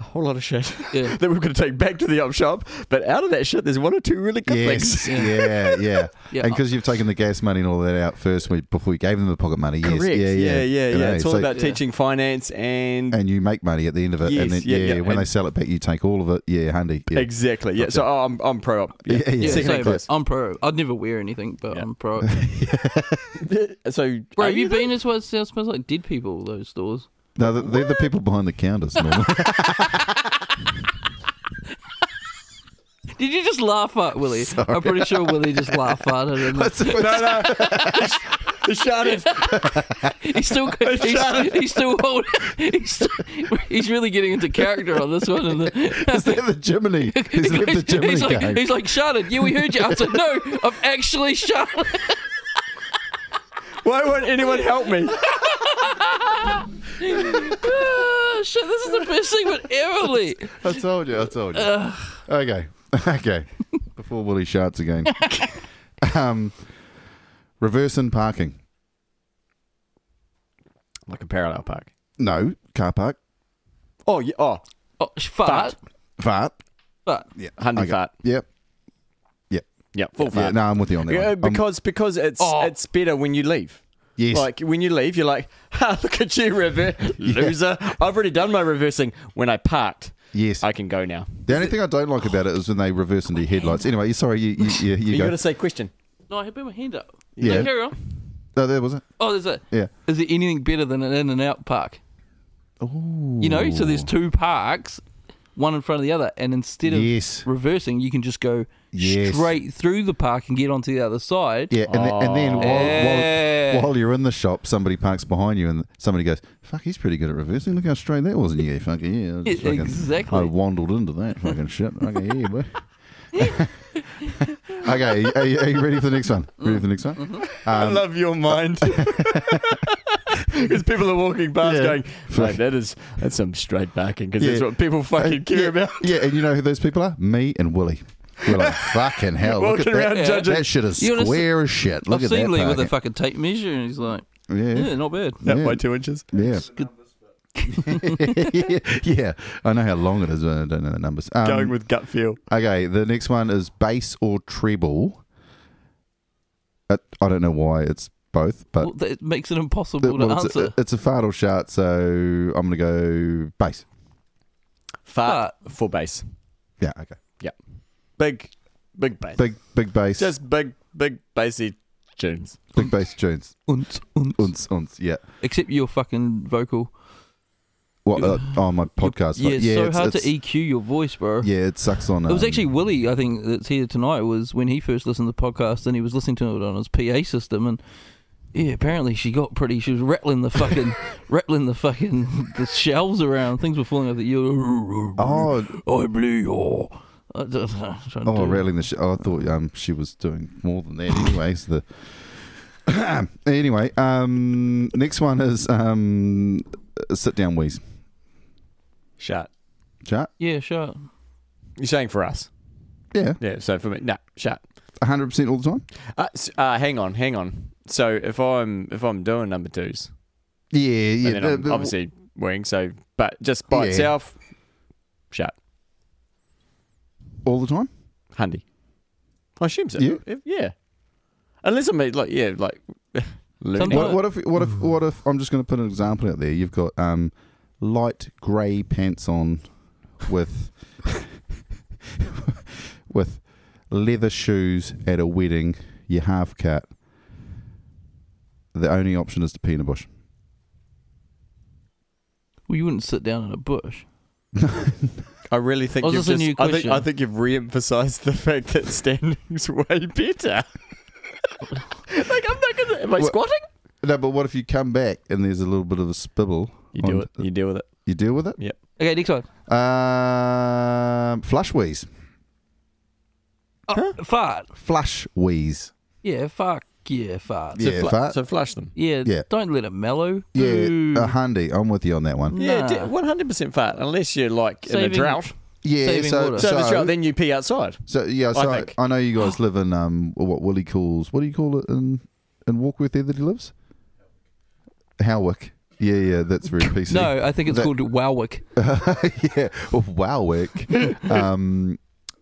a whole lot of shit *laughs*
Yeah.
that we're going to take back to the op shop. But out of that shit, there's one or two really good
Yes,
things. *laughs*
yeah, yeah,
Yeah.
And because you've taken the gas money and all that out first we, before we gave them the pocket money. Yes,
Correct.
yeah, yeah,
yeah, yeah.
You know,
It's all
so-
about
Yeah.
teaching finance and
And you make money at the end of it,
Yes,
and then
yeah,
yeah,
yeah,
when
and-
they sell it back, you take all of it. Yeah, handy. Yeah,
Exactly. Yeah. So oh, I'm I'm pro
*laughs*
op.
Yeah, yeah.
yeah,
Second
so
hand clothes.
I'm pro. I'd never wear anything, but
Yeah.
I'm pro.
*laughs* So
Bro,
are
have you
there?
been as well? It smells like dead people. Those stores.
no, th- they're the people behind
*laughs*
the counters. Normally.
Did you just laugh at Willie? I'm pretty sure Willie just laughed at it. And
No, no. He shouted.
he's still, he's, he's still holding. He's, still, he's really getting into character on this one. And the,
Is that the
*laughs*
Jiminy? Is that the
*laughs*
Jiminy
he's like,
game?
he's like, shut it. Yeah, we heard you. I said, no, I've actually shut it.
Why won't anyone help me?
Ah, shit, this is the best segment ever, Lee.
I told you. I
*laughs*
told *laughs* you. okay. Okay. Before Willie sharts again. um, Reverse in parking.
Like a parallel park.
No, car park.
Oh, yeah, oh,
Oh, sh- fart.
Fart.
Fart.
Yeah.
Handy fart.
Yep. Yep.
yeah, full
Yeah,
fart.
no, I'm with you on that.
Yeah,
one. I'm-
because because it's
Oh.
it's better when you leave.
yes.
Like when you leave, you're like, *laughs* ha, look at you, rever- loser. I've already done my reversing when I parked.
yes.
I can go now.
the only thing I don't like about it is when they reverse into
*sighs*
your headlights. Anyway, you- sorry, you, you, you, you
You
go.
got to say question.
No, I had put my hand up.
Yeah.
No, carry on.
No, there was it.
Oh, there's a.
Yeah.
Is there anything better than an in and out park?
Ooh.
You know, so there's two parks, one in front of the other, and instead of
Yes.
reversing, you can just go
Yes.
straight through the park and get onto the other side.
Yeah, and, the- and then while,
Oh, Yeah.
while, while you're in the shop, somebody parks behind you and somebody goes, "Fuck, he's pretty good at reversing. Look how straight that was." And you go, "Fucking yeah, I just
Yeah,
fucking-
exactly.
I waddled into that fucking shit. Fucking
*laughs*
yeah, boy. *laughs* okay, are you, are you ready for the next one? Ready for the next one?
Mm-hmm.
I
Um,
love your
*laughs*
mind. Because people are walking past
Yeah. *laughs*
going, "Mate, that is that's some straight backing because that's
Yeah.
what people fucking care
yeah,
about. *laughs*
Yeah, and you know who those people are? Me and Willie.
*laughs*
We're like, "Fucking hell, look at
Walking around
that."
Yeah.
judging.
That shit is
You wanna
square as shit. Look
I've
at that.
seen Lee with a
parking.
fucking tape measure, and he's like, yeah,
yeah,
not bad.
That
Yeah.
by two inches. *laughs*
yeah. *laughs* yeah, I know how long it is, but I don't know the numbers. Um,
going with gut feel.
Okay, the next one is bass or treble. Uh, I don't know why it's both, but
Well, that- it makes it impossible
the- well,
to
it's,
answer.
a, it's a fardal shart, so I'm going to go bass.
Fart for base.
Yeah, okay.
Big, big base.
Big big bass,
Just big, big bassy tunes.
big bass tunes.
Unts, unts.
Unce, unce, yeah.
Except your fucking vocal.
What, uh, on my podcast.
yeah,
but
it's so
it's-
hard
it's-
to EQ your voice, bro.
Yeah, it sucks on...
It was
um,
actually Willie, I think, that's here tonight. Was when he first listened to the podcast, and he was listening to it on his PA system, and yeah, apparently she got pretty. She was rattling the
*laughs*
fucking, rattling the fucking the shelves around. Things were falling off the you.
Oh,
I blew your. I don't know, I'm trying to
Oh,
do-
rattling the shit. Oh, I thought um, she was doing more than that. Anyways, the *coughs* anyway, um, next one is um, sit down wheeze.
Shut.
Chat.
Yeah, sure.
You're saying for us.
Yeah,
Yeah, so for me, nah, shut.
hundred percent all the time.
Uh, s- uh, hang on, hang on. So if I'm if I'm doing number twos,
Yeah, yeah.
and then I'm
the- the-
obviously wearing so, but just by
Yeah.
itself, shut.
all the time.
Handy. I assume so.
You?
If- yeah. Unless I'm like, yeah, like learning.
Sometimes-
What, what if? What if? What if? I'm just going to put an example out there. You've got um, light grey pants on, with *laughs* with leather shoes at a wedding. You're half cut. The only option is to pee in a bush.
Well, you wouldn't sit down in a bush.
I really think
Oh, is
you've
this a
just.
new
I think
question?
I think you've re-emphasized the fact that standing's *laughs* way better. like I'm not gonna. Am I
Well,
squatting?
No, but what if you come back and there's a little bit of a spibble?
You do
on-
it. You deal with it.
You deal with it.
Okay, next one.
Um, flush wheeze.
Oh, Fart.
Flush wheeze.
Yeah, fuck. Yeah, fart.
Yeah,
so, flu-
fart.
so flush them.
Yeah,
Yeah.
don't let it mellow. Boo.
Yeah, uh-huh. a handy. I'm with you on that one.
Nah.
Yeah, one hundred percent fart. Unless you're like in
Saving-
a drought.
Yeah,
Saving
so,
water.
So,
so
if it's drought, then you pee outside.
So yeah,
I
so I,
think.
I know you
*gasps*
guys live in um what Willie calls what do you call it in in Walkworth there that he lives? Howick. Yeah, yeah,
*laughs*
that's very PC.
No, I think it's
That-
called Walwick.
*laughs* yeah,
*laughs*
Wowwick. um,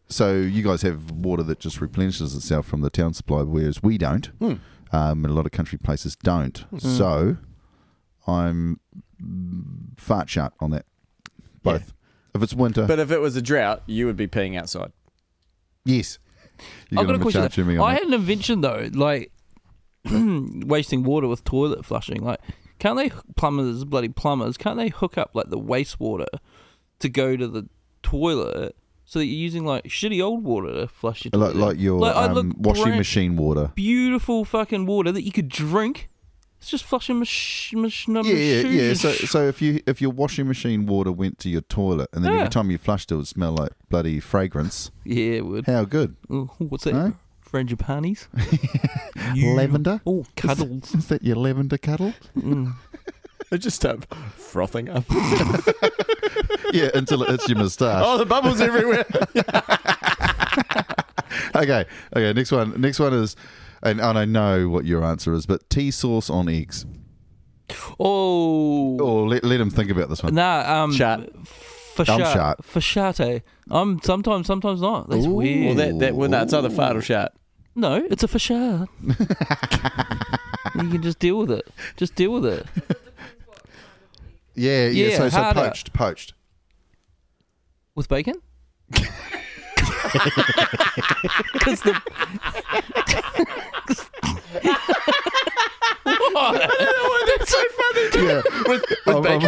so you guys have water that just replenishes itself from the town supply, whereas we don't.
Hmm.
Um, and a lot of country places don't.
Hmm.
So I'm mm, fart shut on that. Both. If it's winter,
But if it was a drought, you would be peeing outside.
yes. You're
I've got a
gonna
question.
charge me
though.
on
I
that.
had an invention though, like *clears throat* wasting water with toilet flushing. Like, can't they plumbers, bloody plumbers, can't they hook up like the wastewater to go to the toilet so that you're using like shitty old water to flush your
like,
toilet?
like your
Like, I
um,
look
washing
brand-
machine water.
beautiful fucking water that you could drink. It's just flushing my sh- my sh- my
Yeah, yeah,
shoes.
yeah. So, so if you if your washing machine water went to your toilet, and then
Yeah.
every time you flushed it, it would smell like bloody fragrance.
*laughs* yeah, it would.
How good?
Oh, what's that?
Huh? *laughs*
Frangipanis?
Lavender?
Oh,
*laughs*
cuddles.
Is that your lavender cuddle? *laughs*
Mm.
*laughs* They just start frothing up.
yeah, until it hits your moustache.
*laughs* oh, the bubbles *laughs* everywhere.
Okay, okay. Next one. Next one is and, and I know what your answer is, but tea sauce on eggs.
Oh,
Oh, let, let him think about this one.
nah. Um,
Shart.
Dumb
Fashat.
shart.
Fashate. Um, sometimes, sometimes not. That's
Ooh.
weird.
Well, that that well, that's either fart or shot.
No, it's a
*laughs*
fashat. you can just deal with it. Just deal with it.
Yeah, yeah.
Yeah,
so, so
harder. *laughs*
poached, poached.
With
*laughs*
bacon? Because the. *laughs* That's so funny.
Yeah, with, I'm, I'm-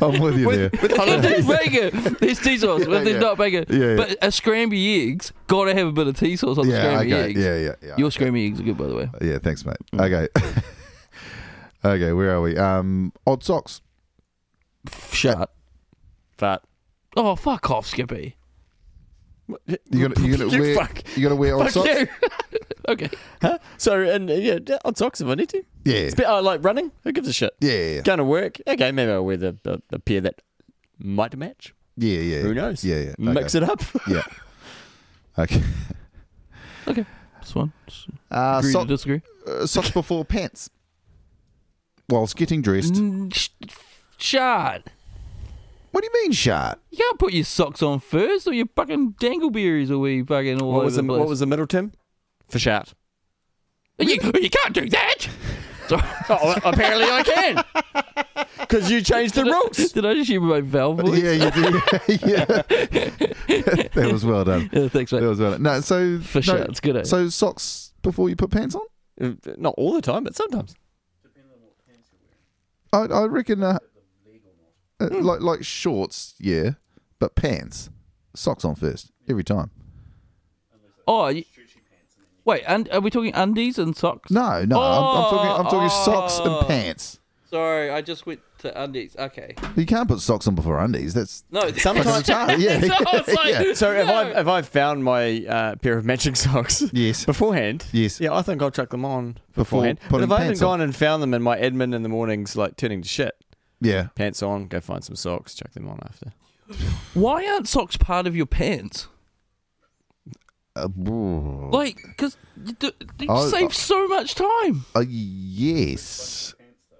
*laughs* I'm with
*laughs*
you there.
If
*laughs*
there's bacon, there's tea sauce. If
Yeah,
there's
yeah.
not bacon,
Yeah, yeah.
but a scrambled eggs gotta have a bit of tea sauce on the
yeah,
*laughs* scrambled
okay.
eggs.
Yeah, yeah, yeah.
Your scrambled eggs are good, by the way.
Yeah, thanks, mate. Okay. *laughs* okay, where are we? Um, odd socks.
Shut.
Fart.
Oh fuck off, Skippy.
You gotta,
*laughs*
you gotta
You
wear.
fuck.
You gotta wear odd
Fuck
socks.
you.
Okay.
Huh? So and uh, yeah, on socks if I need to.
Yeah,
It's a bit, oh, like running. Who gives a shit?
yeah, yeah,
Going to work. Okay, maybe I'll wear the, the, the pair that might match.
yeah, yeah.
Who knows?
Yeah, yeah.
Mix it up.
*laughs* Yeah. Okay.
Okay. This one.
Uh,
Agree to
sock,
disagree.
uh, socks before pants. Whilst getting dressed.
Mm, sh- Shut.
What do you mean, shart?
You can't put your socks on first, or your fucking dangleberries will be fucking all
What
over
was
the
the
place.
what was the middle Tim? For shout.
you, you can't do that. Sorry.
Oh, apparently I can. *laughs* Because you changed the rules.
*laughs* Did I just hear my valve voice?
Yeah, you do. *laughs* yeah. that was well done.
*laughs* Yeah, thanks,
That
mate.
was well done. No, so
For
no,
sure, it's good. Eh?
So socks before you put pants on.
Not all the time, but sometimes.
I, I reckon, uh, uh, like like shorts, yeah, but pants, socks on first every time.
oh, you, wait. Und- are we talking undies and socks?
No, no, I'm, I'm talking, I'm talking socks
Oh.
and pants.
Sorry, I just went to undies. Okay.
You can't put socks on before undies. That's
No.
Sometimes.
retarded. Yeah,
*laughs* So I was like,
yeah.
So if
no.
I if I found my uh, pair of matching *laughs* socks
Yes.
beforehand,
Yes.
yeah, I think I'll chuck them on
Before
beforehand. but
putting
if I hadn't
pants on.
gone and found them in my admin in the mornings, like turning to shit,
yeah.
pants on, go find some socks, chuck them on after.
Why aren't socks part of your pants?
Uh, brr.
Like, because you, do, you
Oh,
save
oh.
so much time.
Uh, yes.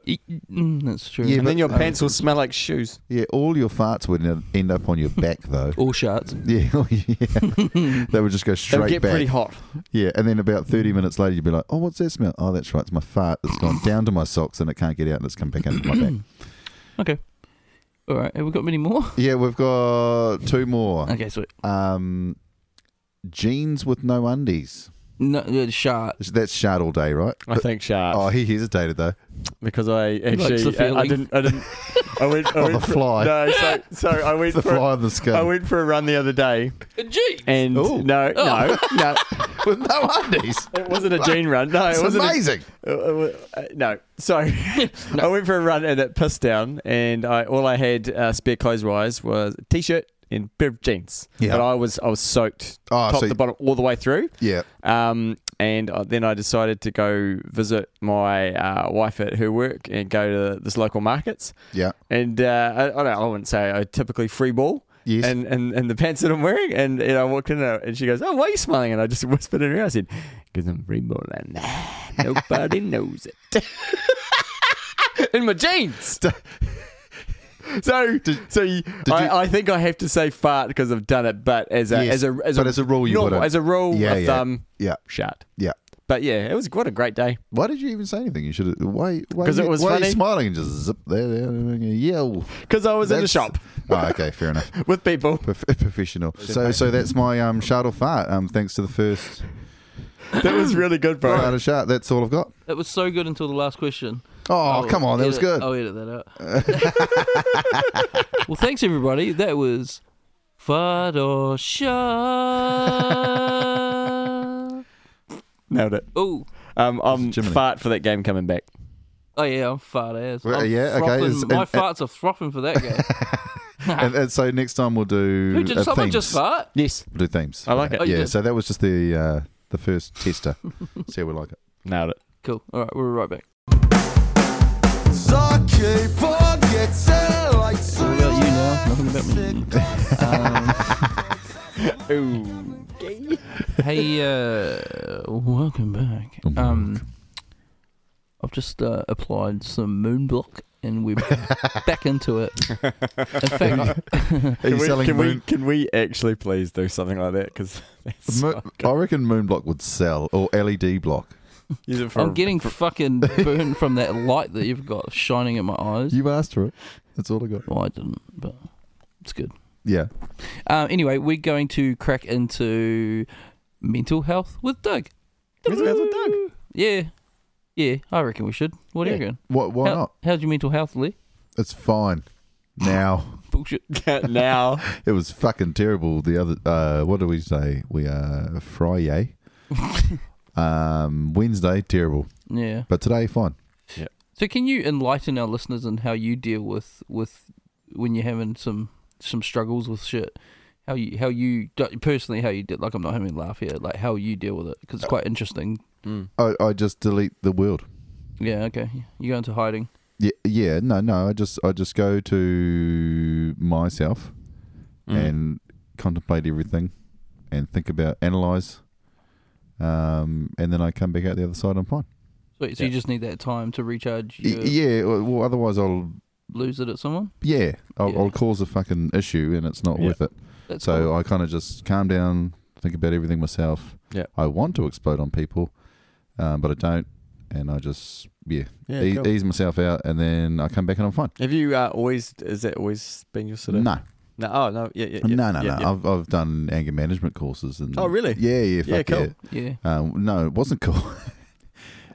Y- mm, that's true.
Yeah,
And then
but-
your
um,
pants will smell like shoes.
Yeah, all your farts would en- end up on your back
*laughs*
though.
All
*laughs*
shards.
yeah, oh, yeah. they would just go
They'll
straight
get
back.
pretty hot.
Yeah, and then about 30 minutes later, you'd be like, oh, what's that smell? Oh, that's right, it's my fart. It's gone down to my socks and it can't get out and it's come back into my back.
*clears throat*
Okay. All right. Have we got many more?
Yeah, we've got two more.
Okay, sweet.
Um, jeans with no undies.
No, uh, shard.
That's shard all day, right?
I think sharp
Oh, he hesitated though.
because I
likes
actually
the
I, I
feeling.
didn't I didn't I went I
*laughs* Oh,
went
the
for-
fly.
No, so, so I went
The
for Oh,
fly on the
*laughs* I
skin
went for a run the other day
Gee.
and
Ooh.
no no no
with no
*laughs*
undies.
it wasn't a jean run no
It's
it wasn't a-
amazing.
Uh, uh, uh, no, sorry. *laughs* I went for a run and it pissed down, and I all I had uh, spare clothes wise was a t-shirt and a pair of jeans.
Yeah.
But I was I was soaked
Oh,
top
so
to bottom all the way through.
yeah,
Um, and uh, then I decided to go visit my uh, wife at her work and go to this local markets.
yeah,
And uh, I, I don't know, I wouldn't say I typically free ball.
Yes.
And, and and the pants that I'm wearing, and, and I walked in and she goes, "Oh, why are you smiling?" And I just *laughs* whispered in her ear, I said, "Because I'm free balling.
*laughs*
Nobody knows it." *laughs* in my
*laughs*
jeans. So, so you, I,
you-
I think I have to say fart because I've done it, but as a
Yes,
as a as
but
a,
as a rule you
normal-
wouldn't.
as a rule
Yeah,
of
yeah.
thumb
yeah,
shut.
yeah.
But yeah, it was what a great day.
Why did you even say anything? You should have. Why? why
'Cause
you-
it was
why Are you
funny.
smiling and just zip there, there, there, yell.
Because I was in the
That's-
shop
Oh, okay, fair enough.
with people.
Prof- *laughs* professional. So, so that's my um, shard or fart. Um, thanks to the first
That was really good,
*laughs*
bro.
shard or shard. That's all I've got.
That was so good until the last question.
Oh,
I'll
come on, that was
edit-
good.
I'll edit that out.
*laughs*
well, thanks everybody. That was
*laughs*
Fadosha.
Nailed it.
Oh,
Um, I'm
Jiminy.
fart for that game coming back.
oh yeah, I'm fart ass.
Well,
I'm
yeah, okay,
frothing-
is-
My
and-
farts are frothing for that
*laughs*
game.
and, and so next time we'll do
Who did
uh,
someone
themes.
just fart?
Yes,
We'll do themes.
I like it.
Oh, you
yeah.
did.
So that was just the uh, the first tester. See how we like it.
nailed it.
Cool. All right, we're right back. All about Um, you
*laughs*
now. Nothing about me.
Ooh.
hey, uh, welcome back.
Oh my
Um, I've just uh, applied some moonblock and we're back into it.
*laughs*
In fact,
Are you
Can, we,
selling
can, we,
moon-
can we actually please do something like that? *laughs* Because
Mo- I reckon Moonblock would sell, or LED block.
use it for.
I'm
*laughs*
getting fucking burned from that light that you've got shining in my eyes.
You asked for it. That's all I got.
Well, I didn't, but it's good.
Yeah.
Uh, anyway, we're going to crack into mental health with Doug.
Mental health with Doug.
Yeah. Yeah, I reckon we should. What do you
Yeah.
reckon?
What? Why
How-
not?
How's your mental health, Lee?
It's fine. Now
*laughs*
Bullshit.
now.
it was fucking terrible. The other, uh, what do we say? We uh, Friday, um, Wednesday, terrible,
Yeah.
but today fine.
So can you enlighten our listeners on how you deal with with when you're having some some struggles with shit? How you how you personally how you did like I'm not having a laugh here like how you deal with it because it's quite interesting.
Mm,
I, I just delete the world.
Yeah. Okay. You go into hiding.
Yeah, yeah, no, no. I just, I just go to myself
Mm.
and contemplate everything, and think about, analyze, um, and then I come back out the other side. I'm fine.
So, so you just need that time to recharge.
Y-
Your,
Yeah. Well, otherwise I'll
Lose it at someone.
Yeah, I'll,
Yeah.
I'll cause a fucking issue and it's not
Yeah.
worth it.
That's
So
cool.
I kind of just calm down, think about everything myself.
Yeah.
I want to explode on people, um, but I don't, and I just yeah,
Yeah,
e-
cool.
ease myself out, and then I come back and I'm fine.
Have you uh, always? Is that always been your sort of?
no,
No. Oh no. Yeah. Yeah. yeah,
no, no,
yeah,
no.
yeah.
I've I've done anger management courses and
Oh, really?
Yeah, yeah,
Yeah,
fuck
cool.
yeah.
Um, no, it wasn't cool. *laughs*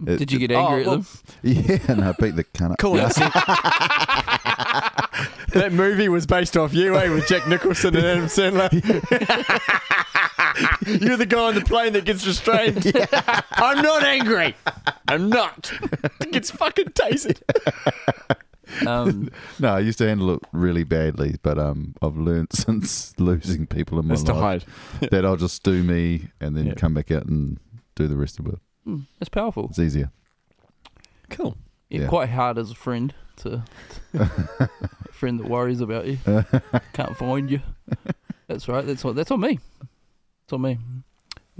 it-
Did you get
Oh,
angry at
well,
them?
yeah, no, beat the cunt. up.
Cool.
Yeah.
*laughs* that movie was based off you, eh? With Jack Nicholson and Adam Sandler. *laughs* You're the guy on the plane that gets restrained. I'm not angry. I'm not. Gets fucking tasered.
*laughs*
Um,
No, I used to handle it really badly, but um, I've learned *laughs* since losing people in my
That's to
life.
hide.
that I'll just do me and then
Yeah.
come back out and do the rest of it.
hmm, that's powerful.
It's easier.
Cool.
Yeah,
Yeah.
quite hard as a friend to a friend that worries about you, can't find you. That's right. That's what. That's on me. It's on me. I'm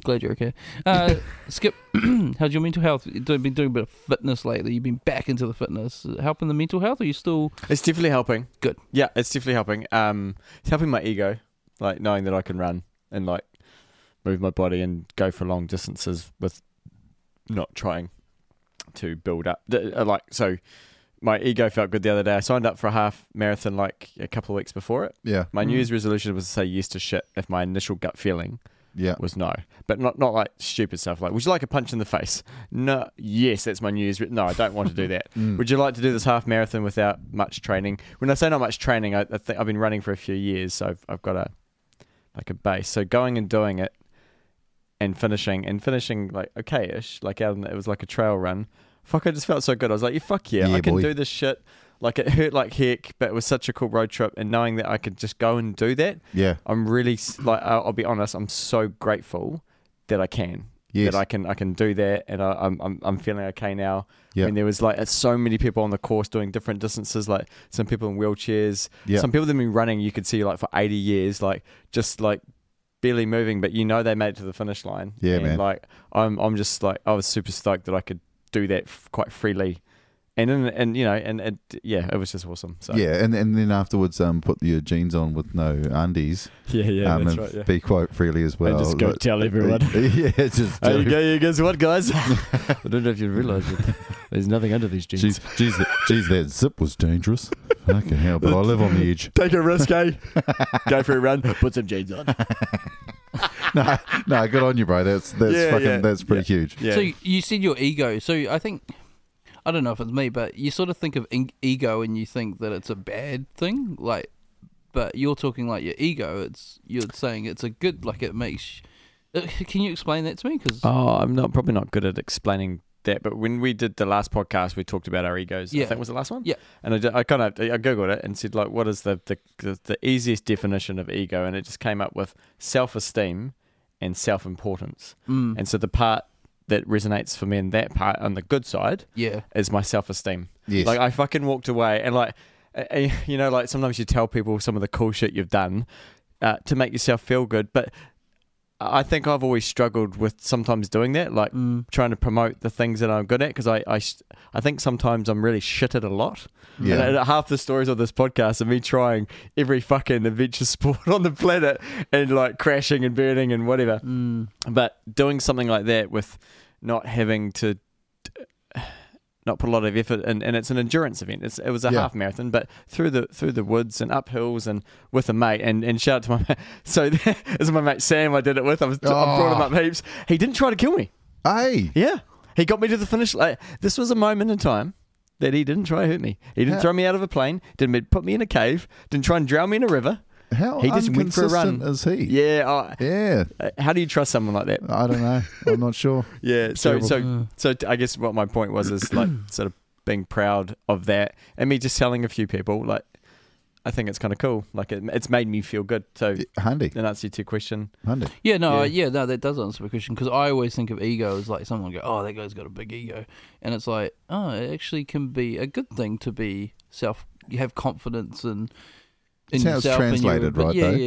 glad you're okay. Uh, Skip, *clears throat* how's your mental health? You've do- been doing a bit of fitness lately. You've been back into the fitness, Is it helping the mental health. Or are you still?
It's definitely helping.
Good.
Yeah, it's definitely helping. Um, it's helping my ego, like knowing that I can run and like move my body and go for long distances with not trying to build up. Th- uh, Like so, my ego felt good the other day. I signed up for a half marathon like a couple of weeks before it.
Yeah.
My
Mm.
New Year's resolution was to say yes to shit if my initial gut feeling
Yeah.
was no, but not not like stupid stuff like would you like a punch in the face? No, yes, that's my New Year's. Re- no, I don't want to
*laughs*
do that.
Mm.
Would you like to do this half marathon without much training? When I say not much training, I, I think I've been running for a few years, so I've, I've got a like a base. So going and doing it, and finishing and finishing like okay-ish, like out in the, it was like a trail run. Fuck, I just felt so good. I was like, you fuck yeah,
Yeah,
I can
boy.
do this shit. Like it hurt like heck, but it was such a cool road trip, and knowing that I could just go and do that,
Yeah.
I'm really s- like I'll, I'll be honest, I'm so grateful that I can.
Yes.
That I can I can do that, and I, I'm, I'm I'm feeling okay now.
Yeah.
And there was like so many people on the course doing different distances, like some people in wheelchairs,
Yeah.
some people that have been running. You could see like for 80 years, like just like barely moving, but you know they made it to the finish line.
Yeah,
and,
man.
Like I'm I'm just like I was super stoked that I could do that f- quite freely, and and, and you know and, and yeah, it was just awesome. So
yeah, and and then afterwards, um, put your jeans on with no undies,
yeah, yeah,
um,
that's
and
right. Yeah.
be quite freely as well.
just go
Like-
tell everyone. *laughs*
*laughs* yeah, just
There
tell
you
everyone.
go, you guess what,
*laughs*
guys? I don't know if you realise it. There's nothing under these
Geez, geez, that, geez, that zip was dangerous. Fucking hell, but I live on
*laughs*
the edge.
Take a risk, *laughs* eh? Go for a run. Put some jeans on.
No, no, good on you, bro. That's that's
Yeah,
fucking
yeah,
that's pretty huge.
Yeah.
So you, you said your ego. So I think I don't know if it's me, but you sort of think of in- ego and you think that it's a bad thing, like. But you're talking like your ego. It's you're saying it's a good, like it makes. uh, Can you explain that to me? Because
oh, I'm not probably not good at explaining that, but when we did the last podcast, we talked about our egos.
Yeah.
I think was the last one.
Yeah.
And I, did- I kind of I googled it and said like, what is the the, the the easiest definition of ego? And it just came up with self-esteem and self-importance.
Mm.
And so the part that resonates for me in that part on the good side
yeah,
is my self-esteem.
Yes.
Like I fucking walked away and like, uh, uh, you know, like sometimes you tell people some of the cool shit you've done uh, to make yourself feel good, but I think I've always struggled with sometimes doing that, like
mm,
trying to promote the things that I'm good at, because I, I, s- I think sometimes I'm really shit at a lot.
Yeah.
And, uh, half the stories of this podcast are me trying every fucking adventure *laughs* sport on the planet and like crashing and burning and whatever.
mm,
But doing something like that with not having to not put a lot of effort in, and it's an endurance event. It's, it was a
Yeah.
half marathon, but through the through the woods and up hills and with a mate. And, and shout out to my *laughs* mate. So this is my mate Sam. I did it with. I, was, I brought him
Oh.
up heaps. He didn't try to kill me.
Hey,
Yeah, he got me to the finish. Like, this was a moment in time that he didn't try to hurt me. He didn't
Yeah.
throw me out of a plane. Didn't put me in a cave. Didn't try and drown me in a river.
how
He just went for a run.
inconsistent is he?
Yeah. I-
Yeah.
uh, how do you trust someone like that?
I don't know. I'm
*laughs*
not sure.
Yeah. So
terrible.
mm.
so so t- I guess what my point was is
*clears throat*
like sort of being proud of that and me just telling a few people like I think it's kind of cool. Like it, it's made me feel good. So
Handy,
then answer to your question.
handy.
Yeah, no,
Yeah.
yeah, no, that does answer my question because I always think of ego as like someone go, oh, that guy's got a big ego, and it's like, oh, it actually can be a good thing to be self, you have confidence and in
It's how it's
yourself and
translated,
your,
right,
Yeah,
though?
yeah,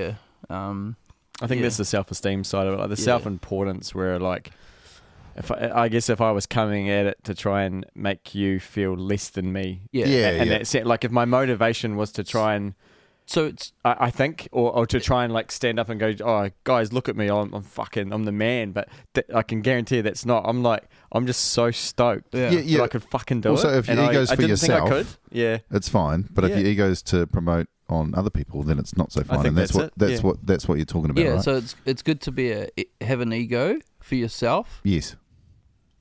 yeah, yeah. Um,
I think
Yeah.
that's the self esteem side of it. Like the
Yeah.
self importance where like if I, I guess if I was coming at it to try and make you feel less than me.
yeah,
Yeah.
And that's it. Like if my motivation was to try and
So it's
I, I think, or, or to try and like stand up and go, oh, guys, look at me, I'm, I'm fucking, I'm the man. But th- I can guarantee that's not. I'm like, I'm just so stoked
yeah,
Yeah, yeah.
that I could fucking do
Also,
it.
if your
And I-
ego's
I,
for
didn't
yourself,
think I could. Yeah,
It's fine, but
Yeah.
if your ego's to promote on other people, then it's not so fine.
think
and that's,
that's
what
it,
that's
yeah.
what that's what you're talking about,
yeah.
right?
So it's it's good to be a have an ego for yourself,
yes,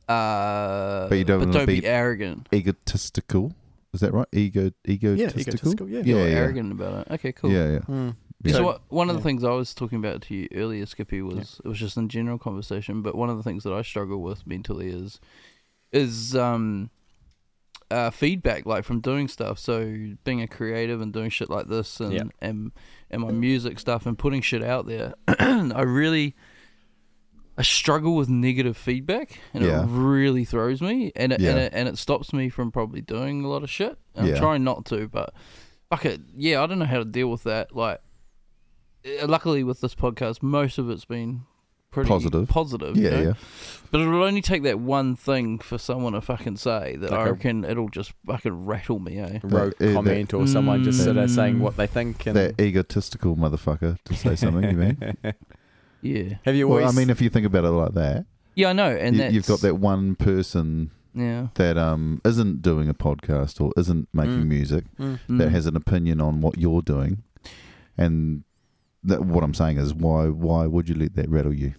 uh,
But you don't wanna
don't be,
be-
arrogant
egotistical. Is that right? Ego, egotistical.
yeah. Hmm.
yeah,
or
yeah.
arrogant about it. Okay, cool.
yeah, yeah. Yeah.
So what, one of the
yeah.
things I was talking about to you earlier, Skippy, was it was just in general conversation. But one of the things that I struggle with mentally is is um, uh, feedback, like from doing stuff. So being a creative and doing shit like this, and
Yeah.
and and my music stuff, and putting shit out there. *clears throat* I really I struggle with negative feedback, and
Yeah.
it really throws me, and it, and
Yeah.
it and it stops me from probably doing a lot of shit. And
Yeah.
I'm trying not to, but fuck it. Yeah, I don't know how to deal with that. Like, eh, luckily with this podcast, most of it's been pretty
Positive.
Positive. you
Yeah,
know?
yeah.
But it'll only take that one thing for someone to fucking say that
Like
I
a-
reckon it'll just fucking rattle me. Eh?
Rogue
That- uh, that-
comment or someone just sort of
Mm.
saying what they think. And
That egotistical motherfucker
*laughs*
to say something. you mean?
Yeah.
have you always?
Well, I mean, if you think about it like that,
Yeah, I know. And
you,
that's,
you've got that one person
Yeah.
that um isn't doing a podcast or isn't making
Mm.
music
Mm.
that
Mm.
has an opinion on what you're doing, and that what I'm saying is why why would you let that rattle you?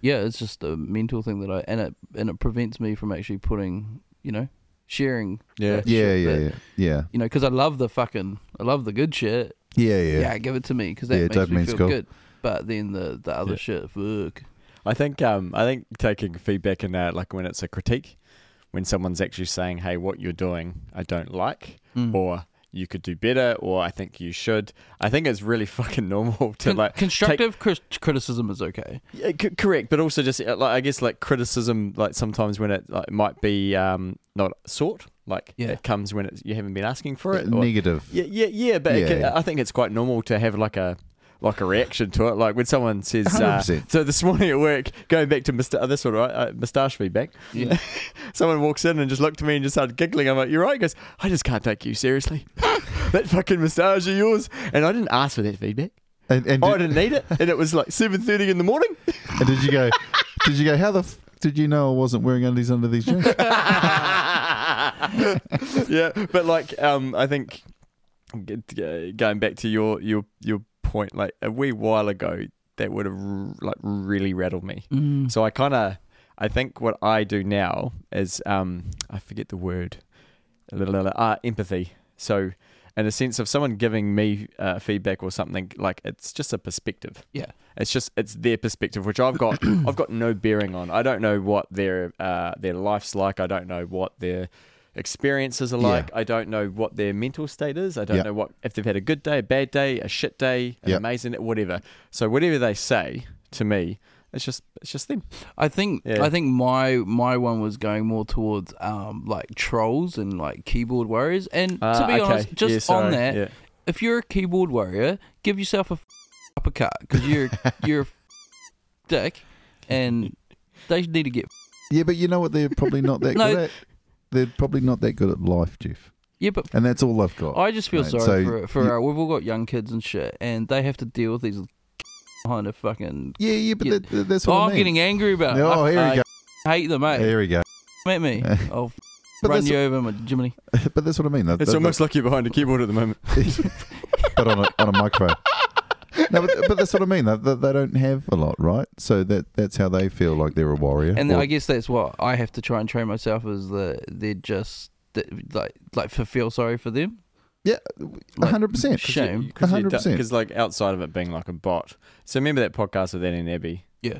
yeah, it's just a mental thing that I and it and it prevents me from actually putting you know sharing.
yeah.
that
Yeah,
shit
yeah,
that-
yeah, yeah,
You know, because I love the fucking, I love the good shit.
yeah,
Yeah,
yeah.
give it to me because that
Yeah,
makes me
dopamine's
feel
cool.
good. But then the the other
Yeah.
shit, fuck.
I think um, I think taking feedback in that, like when it's a critique, when someone's actually saying, "Hey, what you're doing, I don't like,"
Mm.
or "You could do better," or "I think you should." I think it's really *laughs* fucking normal to
Con-
like
constructive cri- criticism is okay.
Yeah, c- correct, but also just uh, like I guess like criticism, like sometimes when it like, might be um, not sought, like
Yeah.
it comes when it's, you haven't been asking for it. or-
Negative.
yeah, yeah, yeah. But It
Yeah.
can, I think it's quite normal to have like a like a reaction to it. Like when someone says, uh,
100%.
"So this *laughs* morning at work, going back to must- uh, this one, right? Uh, moustache feedback."
Yeah.
someone walks in and just looked at me and just started giggling. I'm like, "You're right." He goes, "I just can't take you seriously. *laughs* that fucking moustache of yours." And I didn't ask for that feedback.
And, and,
Oh, I
did,
didn't need it, and it was like seven thirty in the morning. *laughs*
and did you go? Did you go? How the f- did you know I wasn't wearing undies under these jeans?
yeah, but like, um, I think g- uh, going back to your your your point, like a wee while ago, that would have r- like really rattled me.
Mm.
So I kind of, I think what I do now is, um, I forget the word, a little, little uh, empathy. So. In a sense of someone giving me uh, feedback or something, like it's just a perspective.
Yeah.
It's just it's their perspective, which I've
*clears throat*
got I've got no bearing on. I don't know what their uh, their life's like. I don't know what their experiences are
Yeah.
like. I don't know what their mental state is. I don't
Yeah.
know what if they've had a good day, a bad day, a shit day, an
Yeah.
amazing whatever. So whatever they say to me, it's just it's just them.
I think
Yeah.
I think my my one was going more towards um like trolls and like keyboard warriors. And to
Ah,
be
okay.
honest,
Yeah,
just
sorry.
on that,
Yeah.
if *laughs* you're a keyboard warrior, give yourself a f- uppercut because you're you're a f- dick, and they need to get.
*laughs* Yeah, but you know what? They're probably not that
No.
good at. They're probably not that good at life, Jeff.
Yeah, but
And that's all I've got.
I just feel
Mate,
sorry
so
for for
you-
our, we've all got young kids and shit, and they have to deal with these behind a fucking.
yeah, yeah, but
Yeah.
that- that- that's what
Oh,
I
I'm
mean.
getting angry about. it.
Oh,
I,
here we
I
go.
Hate them, mate.
Here we go.
Come at me. I'll
But
run
that's,
you over, my Jiminy.
*laughs* but that's what I mean.
*laughs*
That-
It's
that-
almost like you're behind a keyboard at the moment.
but on a, on a microphone. *laughs* No, but, but that's what I mean. They, they, they don't have a lot, right? So that that's how they feel like they're a warrior.
And then
Or-
I guess that's what I have to try and train myself is that they're just that- like like for feel sorry for them.
yeah,
like,
hundred percent.
Shame.
hundred percent.
Because like outside of it being like a bot. So remember that podcast with Annie and Abby?
Yeah.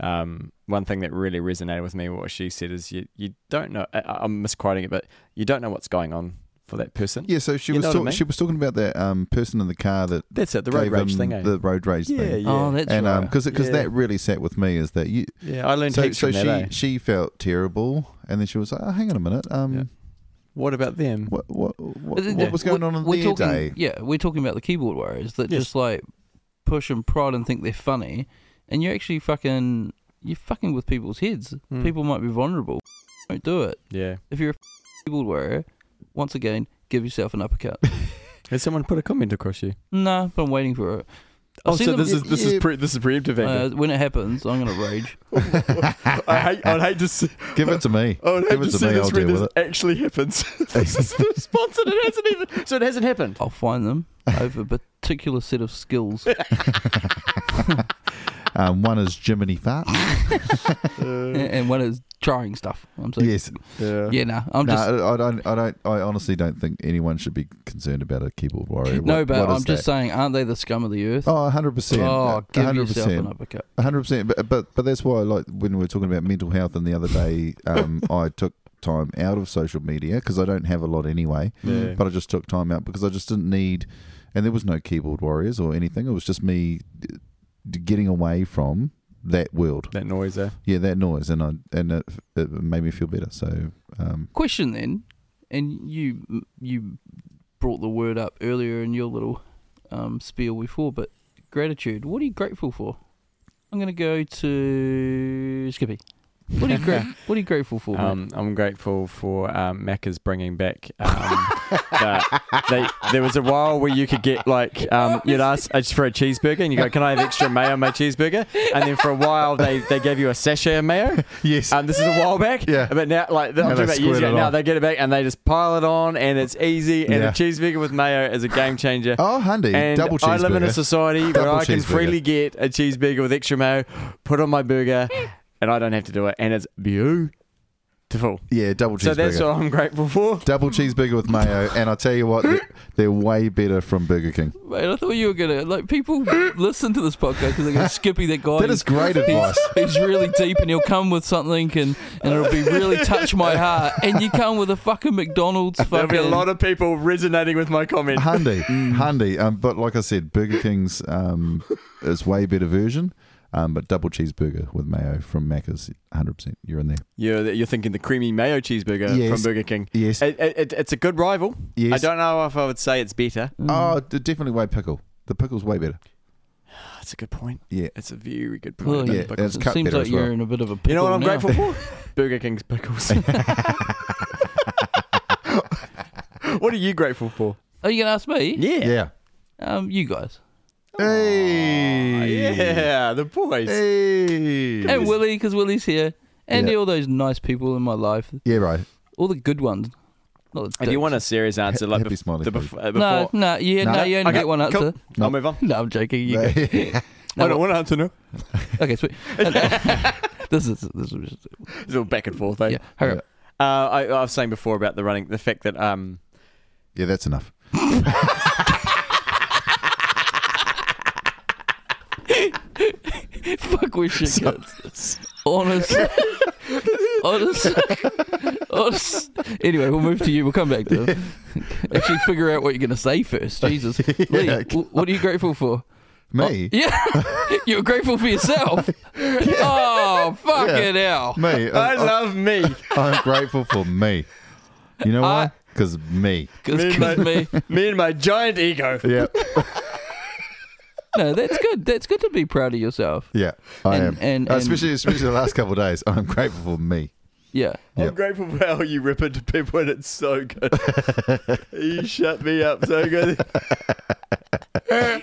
Um, one thing that really resonated with me, what she said is you you don't know. I, I'm misquoting it, but you don't know what's going on for that person.
Yeah, so she
You
was
know what I
talk-
mean?
she was talking about that um, person in the car that
That's it. The road
gave
rage
him
thing. Eh?
the road rage
yeah,
thing.
yeah,
Oh, that's
And
right.
um, because because
Yeah.
that really sat with me is that you
yeah. I learned
so
heaps
so
from
she
that. eh?
she felt terrible and then she was like oh, hang on a minute um
Yeah. eh? What about them?
what what what,
But th-
what was going
we-
on in
we're
their
talking,
day
Yeah, we're talking about the keyboard warriors that
Yes.
just like push and prod and think they're funny, and you're actually fucking you're fucking with people's heads.
Hmm.
People might be vulnerable. Don't do it.
Yeah.
If you're a keyboard warrior, once again, give yourself an uppercut.
Has someone put a comment across you?
nah, but I'm waiting for it. I've
Oh,
seen
so
them-
this is this
yeah.
is pre- this is preemptive
uh,
anger.
when it happens, I'm gonna rage.
*laughs* I hate I'd hate to see
give it
*laughs*
to me
I would
give
hate
it
to
to
see
me I'll
this when
deal with
this
it
actually happens. this is the response and it hasn't even so it hasn't happened.
I'll find them over a particular set of
*laughs*
skills.
um, one is Jiminy Fart
and one is trying stuff. I'm saying,
yes
Yeah.
yeah, nah, I'm
no
just
I, I don't I don't I honestly don't think anyone should be concerned about a keyboard warrior
no,
What-
but
what
I'm
is
just
that?
saying, aren't they the scum of the earth?
Oh, 100%.
Oh, give
100%.
yourself an uppercut.
hundred percent. But but but that's why, like, when we were talking about mental health, and the other day,
*laughs*
um, I took time out of social media because I don't have a lot anyway.
Yeah.
But I just took time out because I just didn't need, and there was no keyboard warriors or anything. It was just me uh, getting away from that world.
That noise there.
Yeah, that noise, and I and it, it made me feel better. So, um,
Question then, and you you brought the word up earlier in your little um, spiel before, but gratitude. What are you grateful for? I'm gonna go to Skippy. What are you
*laughs*
gra- What are you grateful for? mate?
Um, I'm grateful for um, Macca's bringing back. Um, the, they, there was a while where you could get like
Oh.
um, you'd ask uh, for a cheeseburger and you go, "Can I have extra mayo on my cheeseburger?" And then for a while they, they gave you a sachet of mayo.
*laughs* yes,
Um, this is a while back.
Yeah.
But now, like,
Now
I'm
they
talking about years
squirt
ago.
it
Now
on.
they get it back and they just pile it on, and it's easy. And
Yeah.
a cheeseburger with mayo is a game changer.
oh, handy,
and
double cheeseburger.
I live in a
*laughs*
society where
Double
I can
cheeseburger.
freely get a cheeseburger with extra mayo, put on my burger, and I don't have to do it. And it's beautiful.
yeah, double cheeseburger.
So that's what I'm grateful for.
Double cheeseburger with mayo, and I tell you what, they're- they're way better from Burger King.
Mate, I thought you were gonna like people listen to this podcast because they go Skippy that guy.
That
*laughs*
is great advice.
He's, he's really deep, and he'll come with something, and and it'll be really touch my heart. And you come with a fucking
*laughs*
McDonald's
There'll
fucking.
be a lot of people resonating with my comment.
*laughs* Handy, handy. Um, but like I said, Burger King's um, is way better version. Um, but double cheeseburger with mayo from Macca's, hundred percent. You're in there.
You're, you're thinking the creamy mayo cheeseburger
Yes.
from Burger King.
Yes,
It, it, it- it's a good rival.
yes.
I don't know if I would say it's better.
Mm.
Oh, d- definitely way pickle. The pickle's way better.
That's Oh, a good point.
Yeah.
It's a very good
Oh,
point.
yeah.
Pickles.
It's
it
cut
seems
better
like
as
you're
well.
in a bit of a.
You know what I'm
pickle now.
grateful for?
*laughs*
Burger King's
*laughs*
pickles. *laughs* what are you grateful for?
Are Oh, you gonna ask me?
Yeah.
Um, you guys
Hey.
Oh, Yeah, the boys.
Hey.
and Willie because Willie's here, and
Yeah.
all those nice people in my life,
yeah, right.
all the good ones. Not the
If you
dicks.
want a serious answer,
Ha-
like
happy
bef-
smiley
the
face.
bef- uh, before,
No, no, yeah, no,
No?
you only
Okay,
get one answer.
cool.
No.
I'll move on.
No, I'm joking. You go. No,
I don't want to answer no. *laughs*
Okay, sweet. uh, *laughs* this is this is just,
It's all back and forth. Eh?
yeah. Hurry up. *laughs*
Uh, I, I was saying before about the running, the fact that um,
*laughs* yeah, that's enough.
Fuck where shit goes. Honest. honest. honest. Anyway, we'll move to you. We'll come back to it. Actually, figure out what you're going to say first. Jesus. Lee,
*laughs* Yeah.
w- what are you grateful for?
Oh,
Me,
Yeah. *laughs* You're grateful for
*laughs*
yourself. Oh, fuck
Yeah.
it hell.
*laughs*
me.
I
I,
love me.
am grateful for me.
*laughs*
You know
I-
why? Because me.
Because
Me,
me.
me and my giant ego.
Yeah.
no, that's good. That's good to be proud of yourself.
Yeah, I
And-
am.
and-
Uh,
and-
especially, especially the last couple of days, I'm grateful for me.
Yeah.
Yeah.
I'm grateful for how you rip into people and it's so good. you shut me up so good.
Uh,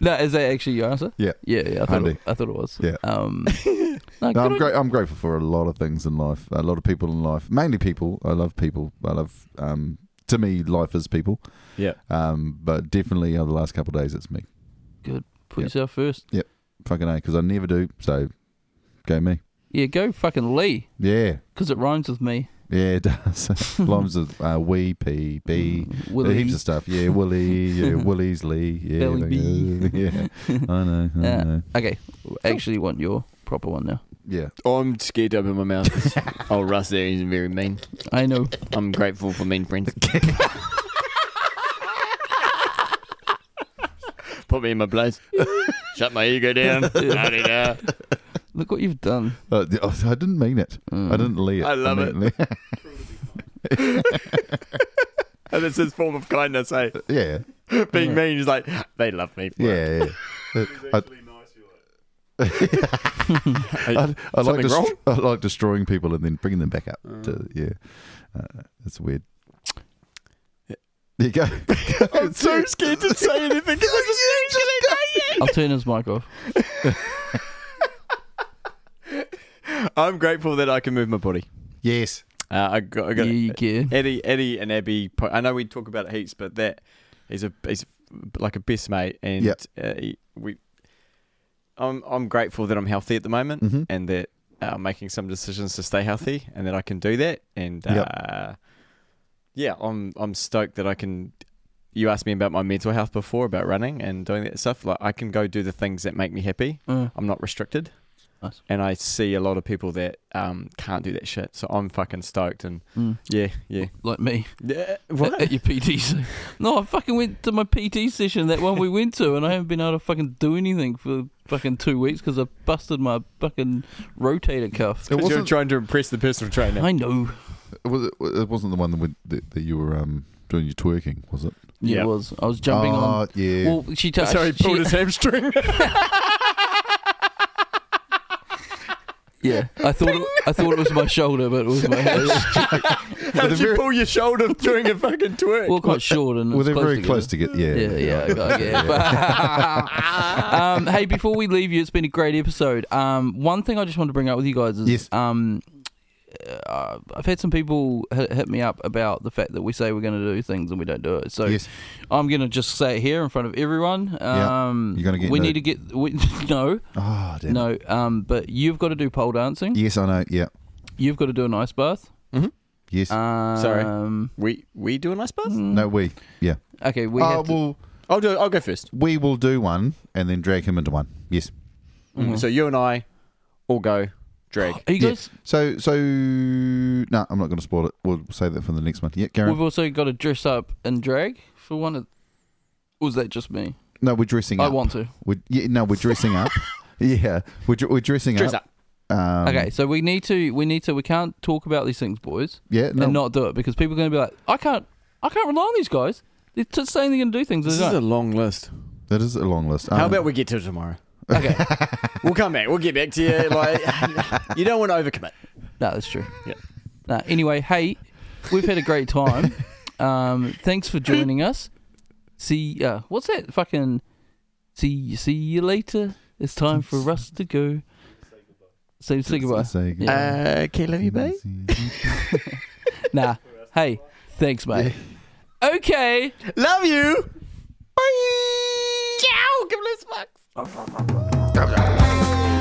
no, is that actually your answer?
Yeah.
Yeah, yeah. I thought,
Andy.
it, I thought it was.
Yeah. *laughs*
Um, no,
No,
good
I'm,
on-
gra- I'm grateful for a lot of things in life, a lot of people in life, mainly people. I love people. I love, um, to me, life is people.
Yeah.
Um, but definitely over the last couple of days, it's me.
Put
yeah.
yourself first.
Fucking A, because I never do. So go me.
Yeah, go fucking Lee,
Yeah.
because it rhymes with
*laughs*
me.
Yeah, it does. Lines of uh, wee, pee, bee,
Mm, Willie.
Uh, heaps of stuff. Yeah, Willie,
*laughs*
yeah, Willie's Lee, yeah,
Belly
like,
bee.
uh, yeah. I know, I
Yeah.
know.
*laughs* Okay, I actually want your proper one now.
Yeah, *laughs*
I'm scared to open my mouth. oh, Russ there is very mean.
I know.
I'm grateful for mean friends. Put me in my place. Shut my ego down. I
*laughs* Look what you've done.
Uh, th- I didn't mean it.
Mm.
I didn't lee it.
I love it.
meant-
And it's his form of kindness, hey.
yeah,
Being mean is like, they love me.
yeah. yeah. I, I, I like
Something
dest-
wrong?
I like destroying people and then bringing them back up. To, yeah, uh, that's weird. There you go.
I'm so scared to say anything because I just usually
I'll turn his mic off.
*laughs* I'm grateful that I can move my body.
yes.
Uh, I got, I
Yeah,
got
you can.
Eddie, Eddie, and Abby. po- I know we talk about it heaps, but that is a is like a best mate, and
Yep.
uh, he- we. I'm I'm grateful that I'm healthy at the moment,
Mm-hmm.
and that uh, I'm making some decisions to stay healthy, and that I can do that, and
Yep.
uh, yeah, I'm I'm stoked that I can. You asked me about my mental health before about running and doing that stuff. Like I can go do the things that make me happy.
Uh,
I'm not restricted.
Nice.
And I see a lot of people that um, can't do that shit. So I'm fucking stoked and
mm,
yeah, yeah.
Like me
Yeah, *laughs*
*laughs* at, at your PT. se- No, I fucking went to my PT session, that one we went to, and I haven't been able to fucking do anything for fucking two weeks because I busted my fucking rotator cuff.
It
you're
wasn't.
trying to impress the personal trainer.
I know.
It, was, it wasn't the one that, we, that, that you were um, doing your twerking, was it?
Yeah,
Yeah.
It was. I was jumping
oh,
on.
Yeah.
Well, she touched.
so he pulled
she,
his *laughs* hamstring.
Yeah, I thought it, I thought it was my shoulder, but it was
*laughs*
my head.
How
the
did you
very-
pull your shoulder doing a fucking twerk?
Well, quite short and it
Well,
was
they're very close
together.
to get. Yeah.
Yeah, yeah, okay,
*laughs*
yeah. *laughs* um, hey, before we leave you, it's been a great episode. Um, one thing I just want to bring up with you guys is,
Yes.
um, uh, I've had some people hit, hit me up about the fact that we say we're going to do things and we don't do it. So
Yes.
I'm going to just say it here in front of everyone.
Yeah.
Um,
You're gonna get
we
no-
need to get we, *laughs* no,
Oh, damn.
no. Um, but you've got to do pole dancing.
Yes, I know. Yeah.
You've got to do an ice bath.
Yes.
Um, mm,
Sorry. we we do an ice bath?
no, we. Yeah.
Okay, we
oh,
have to,
well,
I'll do. I'll go first.
we will do one and then drag him into one. Yes.
Mhm.
So you and I all go drag.
Are you
Yeah.
guys?
So, so no, I'm not going to spoil it. We'll save that for the next one. Yeah, Garen.
We've also got to dress up and drag for one of. Or was that just me?
no, we're dressing
I
up.
want to.
We're, yeah, no, we're
*laughs*
dressing up. yeah, we're, dr- we're dressing
Dress
up.
up.
Um,
okay, so we need to. We need to. We can't talk about these things, boys,
Yeah. No.
and not do it because people are going to be like, I can't. I can't rely on these guys. They're just saying they're going to do things.
This
they
is a
don't.
long list.
that is a long list.
How
Um,
about we get to it tomorrow?
*laughs*
okay,
We'll come back. We'll get back to you. Like you don't want to overcommit.
no, that's true.
Yeah.
Nah, anyway, hey, we've had a great time. um, thanks for joining us. See, uh, what's that fucking? See, see you later. It's time for us to go. Say, say goodbye.
Say goodbye.
Yeah.
Uh, okay, love
Nah. Hey, thanks, mate. Okay.
Love you. Bye. Ciao. Give us fucks.